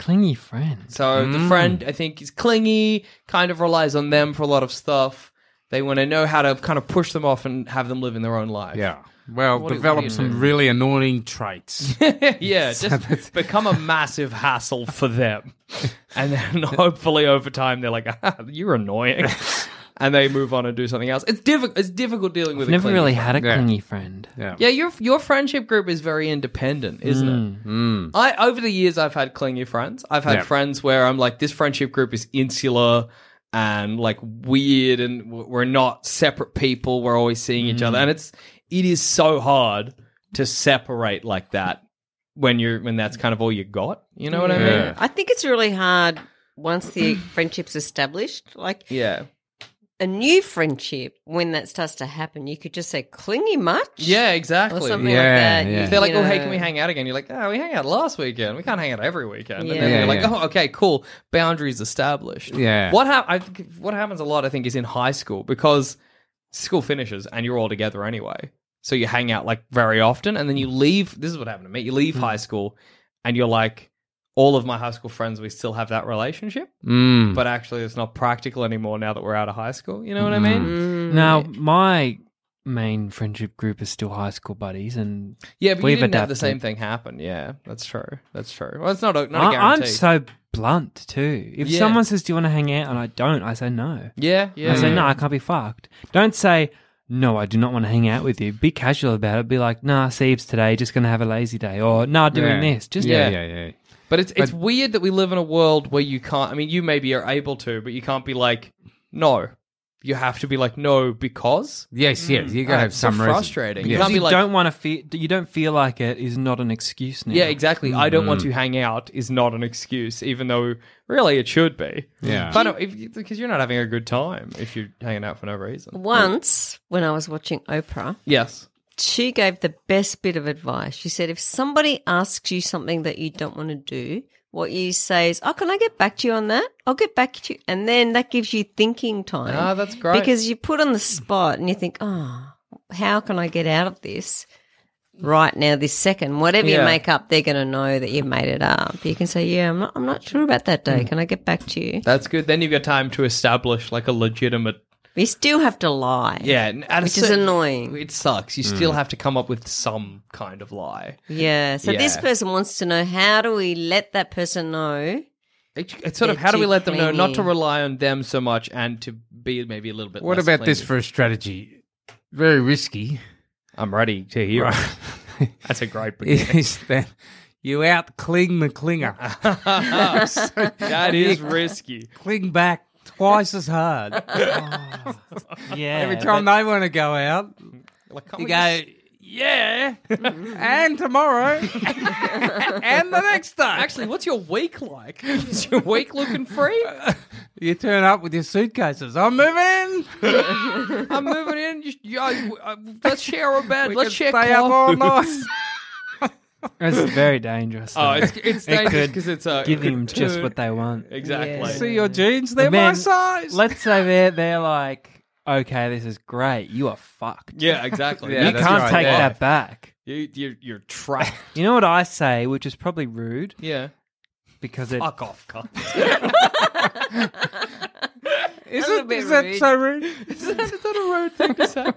[SPEAKER 3] Clingy friends.
[SPEAKER 1] So the friend, I think, is clingy, kind of relies on them for a lot of stuff. They want to know how to kind of push them off and have them living their own life.
[SPEAKER 4] Yeah.
[SPEAKER 1] What
[SPEAKER 4] Well,
[SPEAKER 1] do- what do
[SPEAKER 4] develop
[SPEAKER 1] you
[SPEAKER 4] some really annoying traits.
[SPEAKER 1] yeah, just become a massive hassle for them. And then hopefully over time they're like, ah, you're annoying. And they move on and do something else. It's difficult. It's difficult dealing with.
[SPEAKER 3] I've
[SPEAKER 1] a
[SPEAKER 3] never
[SPEAKER 1] clingy
[SPEAKER 3] really
[SPEAKER 1] friend.
[SPEAKER 3] had a
[SPEAKER 4] Yeah.
[SPEAKER 3] clingy friend.
[SPEAKER 4] yeah.
[SPEAKER 1] Yeah, your your friendship group is very independent, isn't it? I over the years I've had clingy friends. I've had
[SPEAKER 4] Mm. Yeah.
[SPEAKER 1] friends where I'm like, this friendship group is insular and like weird, and w- we're not separate people. We're always seeing each other, and it's it is so hard to separate like that when you're when that's kind of all you got. You know what I mean?
[SPEAKER 4] Yeah.
[SPEAKER 5] I think it's really hard once the friendship's established. Like
[SPEAKER 1] Yeah,
[SPEAKER 5] a new friendship, when that starts to happen, you could just say clingy much.
[SPEAKER 1] yeah,
[SPEAKER 5] Or
[SPEAKER 1] exactly.
[SPEAKER 5] something
[SPEAKER 4] Yeah,
[SPEAKER 5] like that.
[SPEAKER 4] yeah.
[SPEAKER 5] You-
[SPEAKER 1] If they're like,
[SPEAKER 5] you
[SPEAKER 1] oh, hey,
[SPEAKER 5] know.
[SPEAKER 1] can we hang out again? You're like, oh, we hang out last weekend. We can't hang out every weekend. And then
[SPEAKER 5] Yeah.
[SPEAKER 1] you're like,
[SPEAKER 4] Yeah,
[SPEAKER 1] oh, okay, cool. Boundaries established.
[SPEAKER 4] Yeah.
[SPEAKER 1] What, hap- I think what happens a lot, I think, is in high school because school finishes and you're all together anyway. So you hang out like very often and then you leave. This is what happened to me. You leave high school and you're like, all of my high school friends, we still have that relationship,
[SPEAKER 4] Mm.
[SPEAKER 1] but actually it's not practical anymore now that we're out of high school. You know what I mean?
[SPEAKER 3] Now my main friendship group is still high school buddies, and
[SPEAKER 1] Yeah, but
[SPEAKER 3] We've
[SPEAKER 1] you didn't have the
[SPEAKER 3] adapted.
[SPEAKER 1] same thing happen. Yeah, that's true. That's true. Well, it's not a, not a
[SPEAKER 3] I,
[SPEAKER 1] guarantee.
[SPEAKER 3] am so blunt too. If
[SPEAKER 1] Yeah.
[SPEAKER 3] someone says, "Do you want to hang out?" and I don't, I say no.
[SPEAKER 1] yeah, yeah.
[SPEAKER 3] I say
[SPEAKER 1] yeah.
[SPEAKER 3] no. I can't be fucked. Don't say. No, I do not want to hang out with you. Be casual about it. Be like, nah, Seb's today, just going to have a lazy day. Or, nah, doing
[SPEAKER 4] Yeah.
[SPEAKER 3] this. Just
[SPEAKER 4] yeah,
[SPEAKER 1] Yeah.
[SPEAKER 4] yeah, yeah.
[SPEAKER 1] But it's it's weird that we live in a world where you can't. I mean, you maybe are able to, but you can't be like no. You have to be like no because
[SPEAKER 4] Yes, yes. You got to
[SPEAKER 1] Ah,
[SPEAKER 4] have
[SPEAKER 1] it's so
[SPEAKER 4] some reason.
[SPEAKER 1] frustrating. You
[SPEAKER 4] Yes.
[SPEAKER 1] can't
[SPEAKER 3] you
[SPEAKER 1] be like
[SPEAKER 3] don't want to feel. You don't feel like it is not an excuse now.
[SPEAKER 1] yeah, exactly. I don't want to hang out is not an excuse, even though really it should be.
[SPEAKER 4] Yeah.
[SPEAKER 1] but uh, if you, because you're not having a good time if you're hanging out for no reason.
[SPEAKER 5] Once, when I was watching Oprah,
[SPEAKER 1] Yes.
[SPEAKER 5] she gave the best bit of advice. She said, if somebody asks you something that you don't want to do, what you say is, Oh, can I get back to you on that? I'll get back to you. And then that gives you thinking time.
[SPEAKER 1] Ah, that's great.
[SPEAKER 5] Because you put on the spot and you think, Oh, how can I get out of this right now, this second? Whatever
[SPEAKER 1] Yeah.
[SPEAKER 5] you make up, they're going to know that you made it up. You can say, Yeah, I'm not, I'm not sure about that
[SPEAKER 1] Hmm.
[SPEAKER 5] day. Can I get back to you?
[SPEAKER 1] That's good. Then you've got time to establish like a legitimate
[SPEAKER 5] We still have to lie.
[SPEAKER 1] yeah, and at a
[SPEAKER 5] Which is
[SPEAKER 1] certain-
[SPEAKER 5] annoying.
[SPEAKER 1] It sucks. You still have to come up with some kind of lie.
[SPEAKER 5] Yeah. So this
[SPEAKER 1] Yeah.
[SPEAKER 5] person wants to know how do we let that person know?
[SPEAKER 1] It, it's sort of
[SPEAKER 5] They're
[SPEAKER 1] how do we
[SPEAKER 5] too
[SPEAKER 1] let them know not to
[SPEAKER 5] clingy.
[SPEAKER 1] rely on them so much and to be maybe a little bit.
[SPEAKER 4] What
[SPEAKER 1] less
[SPEAKER 4] about this
[SPEAKER 1] clingy?
[SPEAKER 4] for a strategy? Very risky.
[SPEAKER 1] I'm ready to hear. it.
[SPEAKER 4] Right.
[SPEAKER 1] That's a great beginning.
[SPEAKER 4] is that you out cling the clinger.
[SPEAKER 1] that is risky.
[SPEAKER 4] Cling back
[SPEAKER 3] twice as hard.
[SPEAKER 4] Oh.
[SPEAKER 3] yeah.
[SPEAKER 4] Every time they want to go out, you go, yeah, and tomorrow, and the next day.
[SPEAKER 1] Actually, what's your week like? Is your week looking free?
[SPEAKER 4] You turn up with your suitcases. I'm moving in.
[SPEAKER 1] I'm moving in. You, you, I- I- let's share a bed.
[SPEAKER 4] We
[SPEAKER 1] let's share
[SPEAKER 4] can stay up all
[SPEAKER 1] clothes.
[SPEAKER 4] night.
[SPEAKER 3] That's very dangerous.
[SPEAKER 1] Oh,
[SPEAKER 3] though.
[SPEAKER 1] it's it's
[SPEAKER 3] It
[SPEAKER 1] dangerous
[SPEAKER 3] could
[SPEAKER 1] because it's uh,
[SPEAKER 3] give
[SPEAKER 1] it could
[SPEAKER 3] them just
[SPEAKER 1] turn-
[SPEAKER 3] what they want.
[SPEAKER 1] exactly.
[SPEAKER 4] See your jeans? They're my
[SPEAKER 3] Man,
[SPEAKER 4] size.
[SPEAKER 3] Let's say they're they're like, okay, this is great. You are fucked.
[SPEAKER 1] Yeah, exactly.
[SPEAKER 4] Yeah,
[SPEAKER 3] you
[SPEAKER 4] that's
[SPEAKER 3] can't
[SPEAKER 4] right,
[SPEAKER 3] take
[SPEAKER 4] yeah.
[SPEAKER 3] that back.
[SPEAKER 1] You, you, you're trapped.
[SPEAKER 3] You know what I say, which is probably rude
[SPEAKER 1] yeah.
[SPEAKER 3] because it
[SPEAKER 1] Fuck off, cunt.
[SPEAKER 4] is
[SPEAKER 5] a
[SPEAKER 4] it,
[SPEAKER 5] bit
[SPEAKER 4] is that
[SPEAKER 5] rude.
[SPEAKER 4] so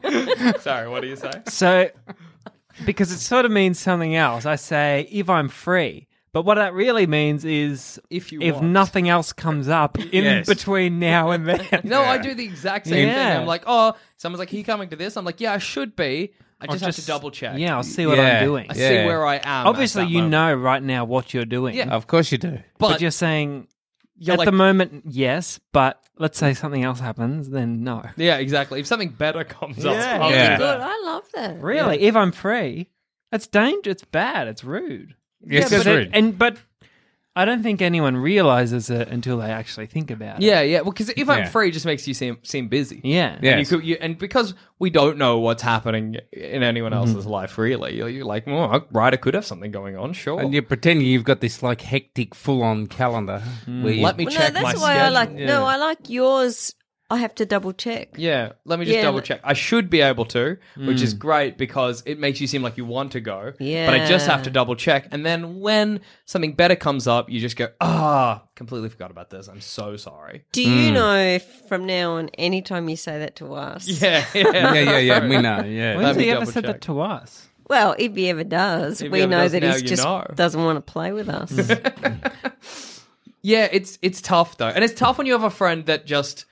[SPEAKER 4] rude?
[SPEAKER 1] Sorry, what do you say?
[SPEAKER 3] so because it sort of means something else. I say if I'm free. But what that really means is
[SPEAKER 1] If you
[SPEAKER 3] if
[SPEAKER 1] want.
[SPEAKER 3] nothing else comes up in
[SPEAKER 4] Yes.
[SPEAKER 3] between now and then.
[SPEAKER 1] You know, I do the exact same
[SPEAKER 3] Yeah.
[SPEAKER 1] thing. I'm like, oh, someone's like, he coming to this? I'm like, yeah, I should be. I
[SPEAKER 3] I'll
[SPEAKER 1] just, have to double check.
[SPEAKER 3] Yeah, I'll see what
[SPEAKER 4] Yeah.
[SPEAKER 3] I'm doing.
[SPEAKER 1] I
[SPEAKER 4] Yeah.
[SPEAKER 1] see where I am.
[SPEAKER 3] Obviously,
[SPEAKER 1] at that
[SPEAKER 3] you
[SPEAKER 1] moment.
[SPEAKER 3] know right now what you're doing.
[SPEAKER 1] Yeah.
[SPEAKER 4] Of course you do.
[SPEAKER 3] But,
[SPEAKER 1] but
[SPEAKER 3] you're saying
[SPEAKER 1] you're
[SPEAKER 3] at
[SPEAKER 1] like,
[SPEAKER 3] the moment, yes. But let's say something else happens, then no.
[SPEAKER 1] yeah, exactly. If something better comes up,
[SPEAKER 3] Yeah.
[SPEAKER 1] I'll do
[SPEAKER 4] Yeah.
[SPEAKER 1] that.
[SPEAKER 5] Good. I love that.
[SPEAKER 3] Really, if I'm free, that's dangerous. It's bad. It's rude.
[SPEAKER 4] Yes,
[SPEAKER 3] but
[SPEAKER 4] it's
[SPEAKER 3] it-
[SPEAKER 4] rude.
[SPEAKER 3] and but I don't think anyone realizes it until they actually think about it.
[SPEAKER 1] Yeah, yeah. Well, because if I'm
[SPEAKER 4] Yeah.
[SPEAKER 1] free, it just makes you seem seem busy.
[SPEAKER 3] Yeah.
[SPEAKER 4] Yeah.
[SPEAKER 1] And, you
[SPEAKER 4] Yes.
[SPEAKER 1] could, you, and because we don't know what's happening in anyone else's life, really, you're, you're like, well, I- right, I could have something going on, sure.
[SPEAKER 4] And you're pretending you've got this like hectic, full-on calendar. Where you,
[SPEAKER 1] Hmm. Let me
[SPEAKER 5] Well, no,
[SPEAKER 1] check my
[SPEAKER 5] that's why
[SPEAKER 1] schedule.
[SPEAKER 5] I like. No, I like yours. I have to double check.
[SPEAKER 1] Yeah, let me just
[SPEAKER 5] Yeah,
[SPEAKER 1] double
[SPEAKER 5] but-
[SPEAKER 1] check. I should be able to, which is great because it makes you seem like you want to go. But I just have
[SPEAKER 5] Yeah.
[SPEAKER 1] to double check. And then when something better comes up, you just go, ah, completely forgot about this. I'm so sorry.
[SPEAKER 5] Do you know if from now on, anytime you say that to us,
[SPEAKER 1] Yeah, yeah.
[SPEAKER 4] yeah, yeah, yeah. We know. Yeah.
[SPEAKER 3] When's
[SPEAKER 1] Let me
[SPEAKER 3] he ever
[SPEAKER 1] double
[SPEAKER 3] said
[SPEAKER 1] check.
[SPEAKER 3] that to us?
[SPEAKER 5] well, if he ever does,
[SPEAKER 1] If he
[SPEAKER 5] we
[SPEAKER 1] ever
[SPEAKER 5] know
[SPEAKER 1] does,
[SPEAKER 5] that
[SPEAKER 1] now
[SPEAKER 5] he
[SPEAKER 1] you
[SPEAKER 5] just
[SPEAKER 1] know. Mm.
[SPEAKER 5] doesn't want to play with us.
[SPEAKER 1] Yeah, it's it's tough though. And it's tough when you have a friend that just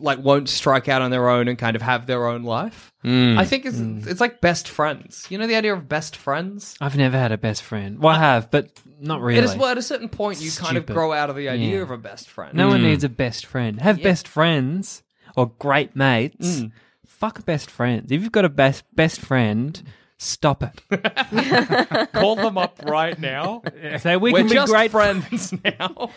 [SPEAKER 1] like won't strike out on their own and kind of have their own life. I think it's
[SPEAKER 3] Hmm.
[SPEAKER 1] it's like best friends. You know the idea of best friends?
[SPEAKER 3] I've never had a best friend. Well, I have, but not really.
[SPEAKER 1] It is well at a certain point you kind of
[SPEAKER 3] Stupid.
[SPEAKER 1] grow out of the idea
[SPEAKER 3] Yeah.
[SPEAKER 1] of a best friend.
[SPEAKER 3] No one needs a best friend. Have best friends or great mates. Fuck best friends. If you've got a best best friend, stop it.
[SPEAKER 1] Call them up right now.
[SPEAKER 3] So we
[SPEAKER 1] We're
[SPEAKER 3] can be
[SPEAKER 1] just
[SPEAKER 3] great
[SPEAKER 1] friends now.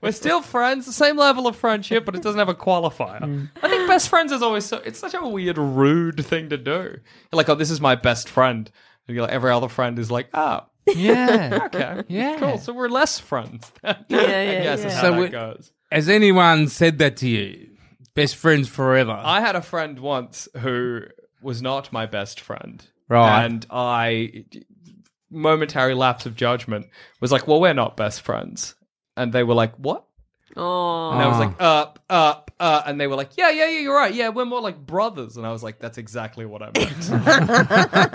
[SPEAKER 1] We're still friends, the same level of friendship, but it doesn't have a qualifier.
[SPEAKER 3] Hmm.
[SPEAKER 1] I think best friends is always so. It's such a weird, rude thing to do. You're like, oh, this is my best friend. And you're like, every other friend is like, oh,
[SPEAKER 3] Yeah.
[SPEAKER 1] okay,
[SPEAKER 3] Yeah.
[SPEAKER 1] cool. So we're less friends. yeah, yeah, yes,
[SPEAKER 5] yeah.
[SPEAKER 1] Is how
[SPEAKER 4] So
[SPEAKER 1] that
[SPEAKER 4] we-
[SPEAKER 1] goes.
[SPEAKER 4] Has anyone said that to you? Best friends forever.
[SPEAKER 1] I had a friend once who was not my best friend.
[SPEAKER 4] Right.
[SPEAKER 1] And I, momentary lapse of judgment, was like, well, we're not best friends. And they were like, what?
[SPEAKER 5] Oh,
[SPEAKER 1] And I was like, up, up, uh, and they were like, yeah, yeah, yeah, you're right. Yeah, we're more like brothers. And I was like, that's exactly what I meant.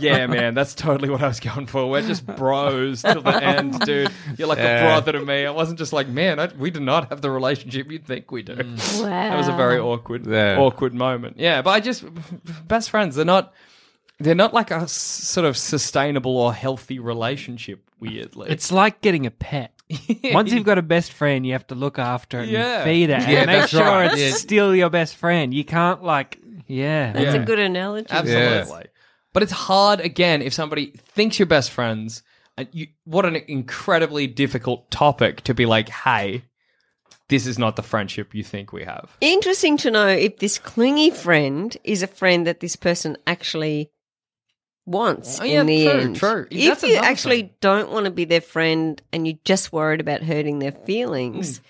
[SPEAKER 1] yeah, man, that's totally what I was going for. We're just bros till the end, dude. You're like a brother to me. I wasn't just like, man, I, we do not have the relationship you think we do.
[SPEAKER 5] wow.
[SPEAKER 1] That was a very awkward,
[SPEAKER 4] Yeah.
[SPEAKER 1] awkward moment. Yeah, but I just best friends. They're not. They're not like a s- sort of sustainable or healthy relationship. Weirdly,
[SPEAKER 3] It's like getting a pet. Once you've got a best friend, you have to look after it
[SPEAKER 1] Yeah.
[SPEAKER 3] and feed it.
[SPEAKER 4] Yeah,
[SPEAKER 3] and make
[SPEAKER 4] that's
[SPEAKER 3] sure
[SPEAKER 4] right.
[SPEAKER 3] it's
[SPEAKER 4] Yeah.
[SPEAKER 3] still your best friend. You can't like yeah.
[SPEAKER 5] That's
[SPEAKER 1] Yeah.
[SPEAKER 5] a good analogy.
[SPEAKER 1] Absolutely. But it's hard again if somebody thinks you're best friends and you what an incredibly difficult topic to be like, "Hey, this is not the friendship you think we have."
[SPEAKER 5] Interesting to know if this clingy friend is a friend that this person actually wants
[SPEAKER 1] Oh, yeah,
[SPEAKER 5] in the
[SPEAKER 1] true,
[SPEAKER 5] end.
[SPEAKER 1] true.
[SPEAKER 5] If
[SPEAKER 1] That's
[SPEAKER 5] you
[SPEAKER 1] another
[SPEAKER 5] actually
[SPEAKER 1] thing.
[SPEAKER 5] don't want to be their friend and you're just worried about hurting their feelings,
[SPEAKER 1] Hmm.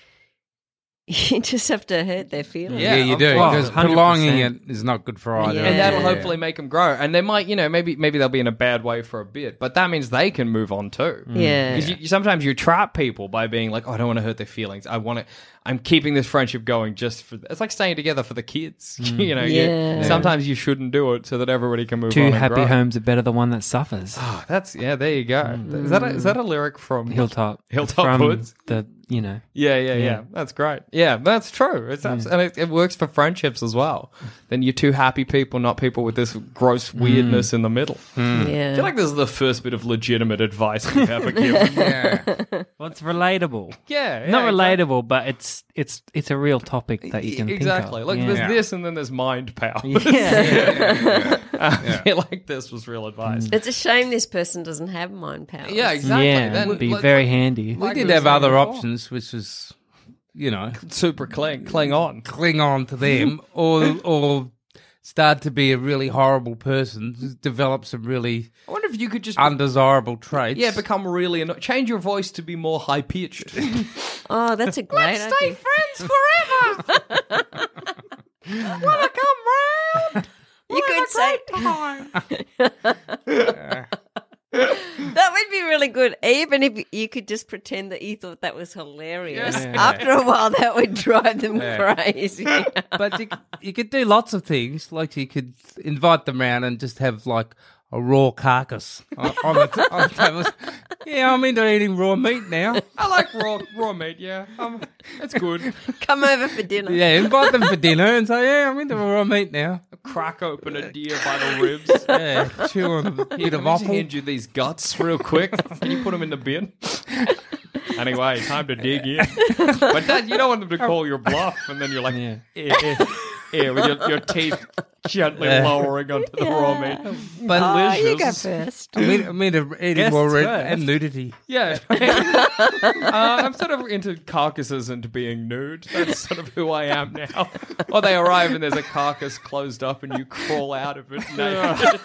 [SPEAKER 5] you just have to hurt their feelings.
[SPEAKER 4] yeah,
[SPEAKER 1] um,
[SPEAKER 4] you do.
[SPEAKER 3] Oh,
[SPEAKER 4] Because prolonging
[SPEAKER 3] 100%.
[SPEAKER 4] it is not good for either.
[SPEAKER 5] Yeah.
[SPEAKER 1] And that'll
[SPEAKER 4] Yeah.
[SPEAKER 1] hopefully make them grow. And they might, you know, maybe maybe they'll be in a bad way for a bit, but that means they can move on too.
[SPEAKER 4] Hmm.
[SPEAKER 5] Mm. Yeah.
[SPEAKER 1] Because you, you, sometimes you trap people by being like, oh, I don't want to hurt their feelings. I want to. I'm keeping this friendship going just for. It's like staying together for the kids. you know, you-
[SPEAKER 5] Yeah.
[SPEAKER 1] sometimes you shouldn't do it so that everybody can move on.
[SPEAKER 3] Two
[SPEAKER 1] and
[SPEAKER 3] happy
[SPEAKER 1] grow.
[SPEAKER 3] homes are better than one that suffers.
[SPEAKER 1] Oh, that's yeah. There you go.
[SPEAKER 3] Hmm.
[SPEAKER 1] Is that a, is that a lyric from
[SPEAKER 3] Hilltop.
[SPEAKER 1] Hilltop
[SPEAKER 3] from
[SPEAKER 1] Woods.
[SPEAKER 3] The you know.
[SPEAKER 1] Yeah, yeah, yeah, That's great. Yeah, that's true.
[SPEAKER 3] Hmm.
[SPEAKER 1] It's abs- and it, it works for friendships as well. Then you're two happy people, not people with this
[SPEAKER 3] Hmm.
[SPEAKER 1] gross weirdness in the middle.
[SPEAKER 4] Hmm.
[SPEAKER 5] Yeah.
[SPEAKER 1] I feel like this is the first bit of legitimate advice we've ever given.
[SPEAKER 4] Yeah.
[SPEAKER 3] Well, it's relatable.
[SPEAKER 1] Yeah,
[SPEAKER 3] Not
[SPEAKER 1] yeah,
[SPEAKER 3] relatable, but it's it's it's a real topic that you can
[SPEAKER 1] exactly.
[SPEAKER 3] think
[SPEAKER 1] Like
[SPEAKER 3] of.
[SPEAKER 1] there's this, and then there's mind power. I feel like this was real advice.
[SPEAKER 5] It's a shame this person doesn't have mind power.
[SPEAKER 1] Yeah, exactly.
[SPEAKER 3] Hmm. Yeah,
[SPEAKER 1] Then,
[SPEAKER 3] would be
[SPEAKER 1] like-
[SPEAKER 3] very handy.
[SPEAKER 4] We
[SPEAKER 1] Like
[SPEAKER 4] did
[SPEAKER 1] we were
[SPEAKER 4] have
[SPEAKER 1] saying
[SPEAKER 4] other
[SPEAKER 1] before.
[SPEAKER 4] options, which was, you know,
[SPEAKER 1] super cling, cling on.
[SPEAKER 4] cling on to them or or start to be a really horrible person, just develop some really
[SPEAKER 1] I wonder if you could just
[SPEAKER 4] undesirable traits.
[SPEAKER 1] yeah become really annoying. Change your voice to be more high pitched.
[SPEAKER 5] Oh, that's a great idea.
[SPEAKER 1] friends forever. Wanna come round?
[SPEAKER 5] You could say that would be really good. Even if you could just pretend that you thought that was hilarious. After a while, that would drive them crazy.
[SPEAKER 4] but you, you could do lots of things. Like you could invite them round and just have like a raw carcass on, on the, t- on the table. Yeah, I'm into eating raw meat now.
[SPEAKER 1] I like raw raw meat. Yeah, um, it's good.
[SPEAKER 5] Come over for dinner.
[SPEAKER 4] Yeah, invite them for dinner and say, yeah, I'm into raw meat now.
[SPEAKER 1] Crack open a deer by the ribs.
[SPEAKER 4] Yeah, chew on a bit of
[SPEAKER 1] Let me just
[SPEAKER 4] offal.
[SPEAKER 1] hand you these guts real quick. Can you put them in the bin? anyway, time to dig in. But that, you don't want them to call your bluff, and then you're like, yeah, eh, eh, with your, your teeth gently lowering onto the raw meat.
[SPEAKER 4] But
[SPEAKER 1] Ah,
[SPEAKER 5] Oh, you go
[SPEAKER 1] Delicious.
[SPEAKER 5] first.
[SPEAKER 4] I'm into, I'm into eating
[SPEAKER 3] Guests
[SPEAKER 4] raw meat
[SPEAKER 3] first.
[SPEAKER 4] and nudity.
[SPEAKER 1] Yeah. uh, I'm sort of into carcasses and being nude. That's sort of who I am now. Or they arrive and there's a carcass closed up and you crawl out of it naked.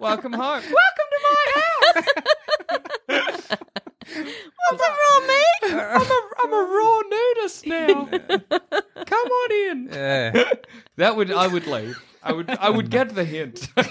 [SPEAKER 1] Welcome home. Welcome to my house.
[SPEAKER 5] What's a raw meat?
[SPEAKER 1] I'm a, I'm a raw nudist now. Come on in.
[SPEAKER 4] Yeah.
[SPEAKER 1] That would I would leave. I would I would get the hint. I'd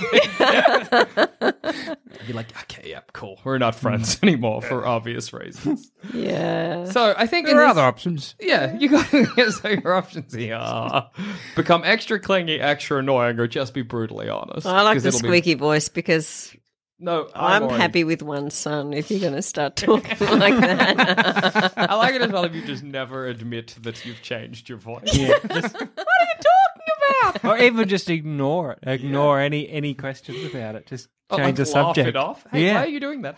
[SPEAKER 1] be like, okay, yeah, cool. We're not friends anymore for obvious reasons.
[SPEAKER 5] Yeah.
[SPEAKER 1] So I think in
[SPEAKER 4] There are
[SPEAKER 1] this-
[SPEAKER 4] other options.
[SPEAKER 1] Yeah, you got so your options here are become extra clingy, extra annoying, or just be brutally honest.
[SPEAKER 5] I like
[SPEAKER 1] 'Cause
[SPEAKER 5] the
[SPEAKER 1] it'll be-
[SPEAKER 5] squeaky voice because
[SPEAKER 1] no, I'm,
[SPEAKER 5] I'm,
[SPEAKER 1] already-
[SPEAKER 5] happy with one son if you're going to start talking like that.
[SPEAKER 1] I like it as well if you just never admit that you've changed your voice.
[SPEAKER 3] or even just ignore it. Ignore any any questions about it. Just
[SPEAKER 1] Oh,
[SPEAKER 3] change
[SPEAKER 1] like,
[SPEAKER 3] the
[SPEAKER 1] laugh
[SPEAKER 3] subject.
[SPEAKER 1] it off. Hey,
[SPEAKER 3] yeah.
[SPEAKER 1] why are you doing that?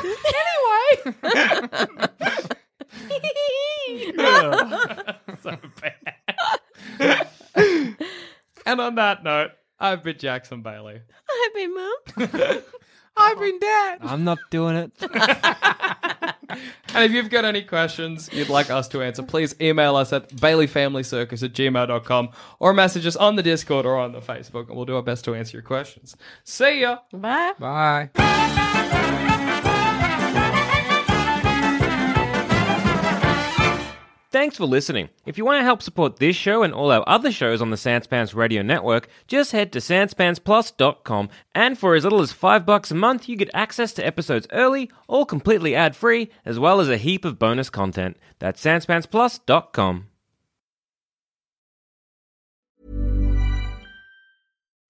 [SPEAKER 1] anyway, so bad. and on that note, I've been Jackson Bailey.
[SPEAKER 5] Happy mum.
[SPEAKER 4] I've been dead.
[SPEAKER 3] I'm not doing it.
[SPEAKER 1] And if you've got any questions you'd like us to answer, please email us at baileyfamilycircus at gmail.com or message us on the Discord or on the Facebook, and we'll do our best to answer your questions. See ya!
[SPEAKER 5] Bye.
[SPEAKER 4] Bye.
[SPEAKER 7] Thanks for listening. If you want to help support this show and all our other shows on the Sanspants Radio Network, just head to sanspantsplus.com and for as little as 5 bucks a month, you get access to episodes early, all completely ad-free, as well as a heap of bonus content. That's sanspantsplus.com.